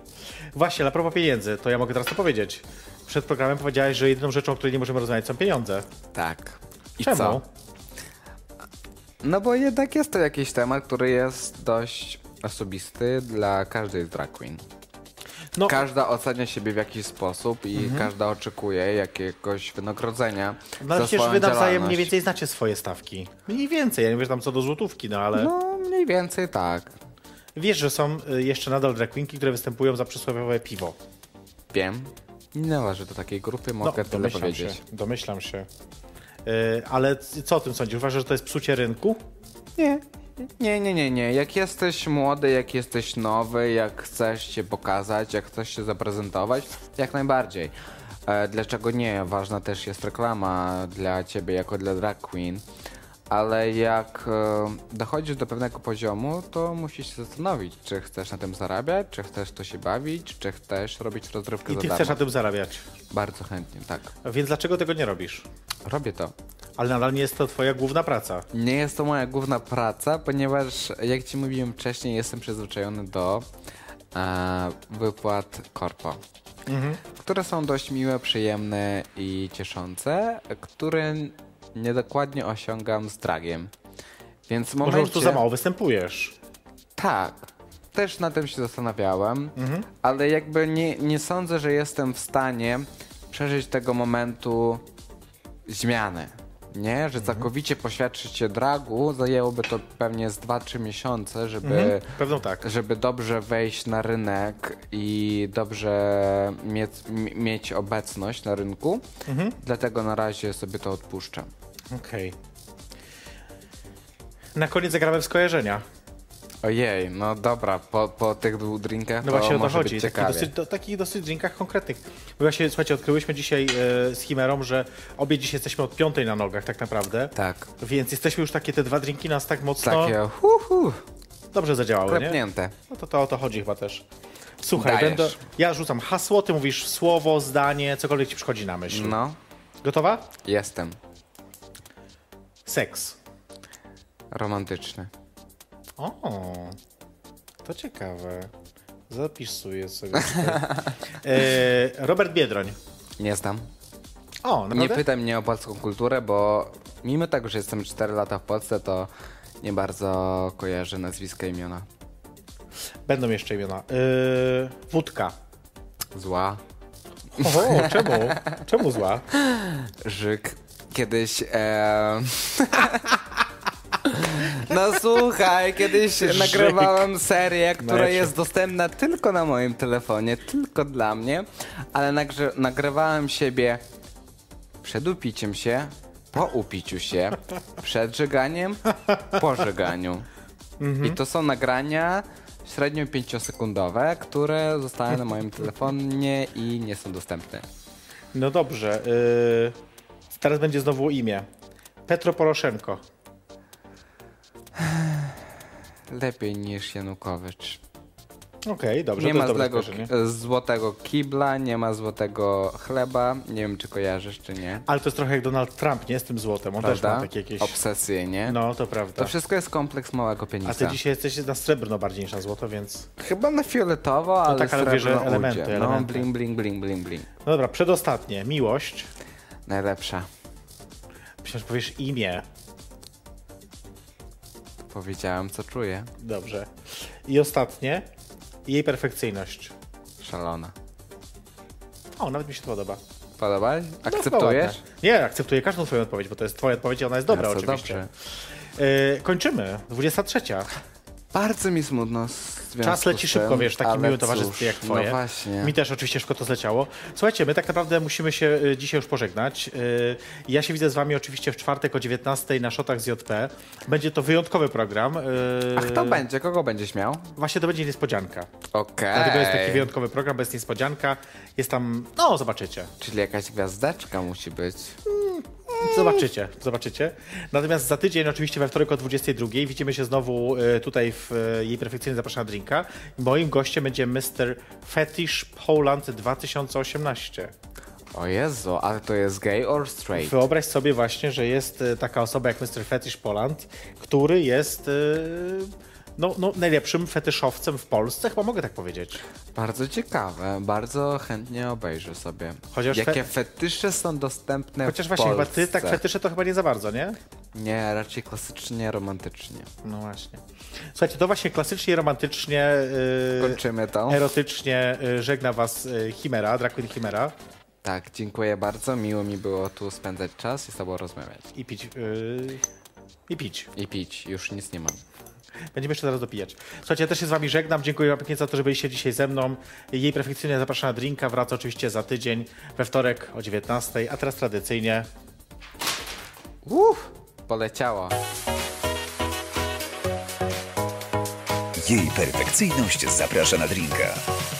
S1: Właśnie, ale propos pieniędzy, to ja mogę teraz to powiedzieć. Przed programem powiedziałeś, że jedyną rzeczą, o której nie możemy rozmawiać, są pieniądze.
S2: Tak. I
S1: Czemu?
S2: co? No bo jednak jest to jakiś temat, który jest dość osobisty dla każdej z drag queen.
S1: No, Mhm.
S2: Każda ocenia siebie w jakiś sposób i każda oczekuje jakiegoś wynagrodzenia.
S1: no
S2: za
S1: przecież
S2: swoją
S1: wy nawzajem
S2: działalność.
S1: mniej więcej znacie swoje stawki. Mniej więcej, ja nie wiesz tam co do złotówki, no ale
S2: No, mniej więcej tak.
S1: wiesz, że są y, jeszcze nadal drag queenki, które występują za przysłowiowe piwo. No,
S2: Wiem. Nie należy do takiej grupy, mogę tyle
S1: domyślam się,
S2: powiedzieć.
S1: domyślam się. Y, ale c- co o tym sądzisz? Uważasz, że to jest psucie rynku?
S2: Nie. Nie, nie, nie, nie. Jak jesteś młody, jak jesteś nowy, jak chcesz się pokazać, jak chcesz się zaprezentować, jak najbardziej. E, dlaczego nie? Ważna też jest reklama dla ciebie jako dla drag queen. Ale jak e, dochodzisz do pewnego poziomu, to musisz się zastanowić, czy chcesz na tym zarabiać, czy chcesz to się bawić, czy chcesz robić rozrywkę
S1: I
S2: za
S1: ty
S2: darmo.
S1: chcesz na tym zarabiać.
S2: Bardzo chętnie, tak.
S1: Więc dlaczego tego nie robisz?
S2: Robię to.
S1: Ale nadal nie jest to twoja główna praca.
S2: Nie jest to moja główna praca, ponieważ jak ci mówiłem wcześniej, jestem przyzwyczajony do e, wypłat korpo,
S1: Mhm.
S2: które są dość miłe, przyjemne i cieszące, które niedokładnie osiągam z dragiem. Więc w
S1: Może już tu
S2: momencie-
S1: za mało występujesz.
S2: tak. Też na tym się zastanawiałem,
S1: Mhm.
S2: ale jakby nie, nie sądzę, że jestem w stanie przeżyć tego momentu zmiany. Nie,
S1: Mhm.
S2: że całkowicie poświadczyć się dragu zajęłoby to pewnie z 2-3 miesiące, żeby
S1: Pewno tak.
S2: żeby dobrze wejść na rynek i dobrze mieć, m- mieć obecność na rynku.
S1: Mhm.
S2: Dlatego na razie sobie to odpuszczam.
S1: Okej. Na koniec zagramy w skojarzenia.
S2: Ej, no dobra, po, po tych dwóch drinkach
S1: No
S2: to
S1: właśnie o to
S2: może
S1: chodzi.
S2: być
S1: Taki
S2: ciekawie.
S1: dosyć, do, takich dosyć drinkach konkretnych. Bo właśnie, słuchajcie, odkryłyśmy dzisiaj e, z Chimerą, że obie dziś jesteśmy od piątej na nogach tak naprawdę.
S2: Tak.
S1: Więc jesteśmy już takie, te dwa drinki nas tak mocno
S2: Takie hu, hu,
S1: dobrze zadziałały, nie?
S2: klepnięte.
S1: No to, to o to chodzi chyba też. Słuchaj,
S2: Dajesz.
S1: będę, ja rzucam hasło, ty mówisz słowo, zdanie, cokolwiek ci przychodzi na myśl.
S2: No,
S1: Gotowa?
S2: jestem.
S1: Seks.
S2: Romantyczny.
S1: O, to ciekawe. Zapisuję sobie. tutaj. e, Robert Biedroń.
S2: Nie znam.
S1: O,
S2: Nie
S1: naprawdę?
S2: pytaj mnie o polską kulturę, bo mimo tego, że jestem 4 lata w Polsce, to nie bardzo kojarzę nazwiska imiona.
S1: Będą jeszcze imiona. E, wódka.
S2: Zła.
S1: O, czemu? Czemu zła?
S2: Żyk kiedyś. E... No słuchaj, kiedyś
S1: Żyk.
S2: nagrywałem serię, która
S1: Mecie.
S2: jest dostępna tylko na moim telefonie, tylko dla mnie, ale nagrze- nagrywałem siebie przed upiciem się, po upiciu się, przed żeganiem, po żeganiu. I to są nagrania średnio 5-sekundowe, które zostały na moim telefonie i nie są dostępne.
S1: No dobrze. e, Teraz będzie znowu imię. Petro Poroszenko.
S2: Lepiej niż Janukowicz.
S1: Okej, dobrze.
S2: Nie
S1: to
S2: ma
S1: jest dobre
S2: złego,
S1: skojarzenie.
S2: e, złotego kibla, nie ma złotego chleba. Nie wiem, czy kojarzysz, czy nie.
S1: Ale to jest trochę jak Donald Trump, nie? Z tym złotem. On No, też ma takie jakieś...
S2: Obsesje, nie?
S1: No, to prawda.
S2: To wszystko jest kompleks małego
S1: A ty
S2: pianista.
S1: dzisiaj jesteś na srebrno bardziej niż na złoto, więc...
S2: Chyba na fioletowo, ale
S1: tak, ale mówię, że
S2: srebrno
S1: elementy,
S2: ujdzie. No,
S1: elementy.
S2: bling, bling, bling, bling, bling.
S1: No dobra, przedostatnie. Miłość.
S2: Najlepsza.
S1: Myślę, że powiesz imię.
S2: Powiedziałem, co czuję.
S1: Dobrze. I ostatnie. Jej perfekcyjność.
S2: Szalona.
S1: O, nawet mi się to podoba.
S2: Podoba?
S1: No,
S2: Akceptujesz?
S1: chyba ładne. Nie, akceptuję każdą twoją odpowiedź, bo to jest twoja odpowiedź i ona jest dobra
S2: Jasne,
S1: oczywiście.
S2: dobrze.
S1: Yy, kończymy. 23.
S2: Bardzo mi smutno. z
S1: Czas
S2: związku
S1: leci
S2: z tym,
S1: szybko, wiesz, w takim
S2: ale
S1: miłym towarzystwie
S2: cóż,
S1: jak twoje.
S2: No właśnie.
S1: Mi też oczywiście szybko to zleciało. Słuchajcie, my tak naprawdę musimy się y, dzisiaj już pożegnać. Y, Ja się widzę z wami oczywiście w czwartek o 19 na Szotach z JP. Będzie to wyjątkowy program. E,
S2: A kto będzie? Kogo będziesz miał?
S1: Właśnie to będzie niespodzianka.
S2: Okej.
S1: Dlatego jest taki wyjątkowy program, bez niespodzianka. Jest tam, no zobaczycie.
S2: Czyli jakaś gwiazdeczka musi być.
S1: Zobaczycie, zobaczycie. Natomiast za tydzień, oczywiście we wtorek o 22, widzimy się znowu e, tutaj w e, jej perfekcyjnie zapraszana drinka. Moim gościem będzie Mr. Fetish Poland 2018.
S2: O Jezu, ale to jest gay or straight?
S1: Wyobraź sobie właśnie, że jest e, taka osoba jak Mr. Fetish Poland, który jest e, no, no, najlepszym fetyszowcem w Polsce, chyba mogę tak powiedzieć.
S2: Bardzo ciekawe, bardzo chętnie obejrzę sobie.
S1: Chociaż
S2: Jakie
S1: fe-
S2: fetysze są dostępne
S1: Chociaż
S2: w
S1: właśnie chyba
S2: Polsce.
S1: ty tak fetysze to chyba nie za bardzo, nie?
S2: Nie, raczej klasycznie, romantycznie.
S1: No właśnie. Słuchajcie, to właśnie klasycznie, romantycznie, yy,
S2: Kończymy to.
S1: erotycznie yy, żegna was yy, Chimera, Drag Queen Chimera
S2: Tak, dziękuję bardzo. Miło mi było tu spędzać czas i z tobą rozmawiać.
S1: i pić. Yy, I pić.
S2: I pić, już nic nie mam.
S1: Będziemy jeszcze zaraz dopijać. Słuchajcie, ja też się z wami żegnam. Dziękuję wam pięknie za to, że byliście dzisiaj ze mną. Jej perfekcyjnie zapraszana drinka wraca oczywiście za tydzień, we wtorek o 19.00, a teraz tradycyjnie
S2: Uff, poleciało.
S3: Jej perfekcyjność zaprasza na drinka.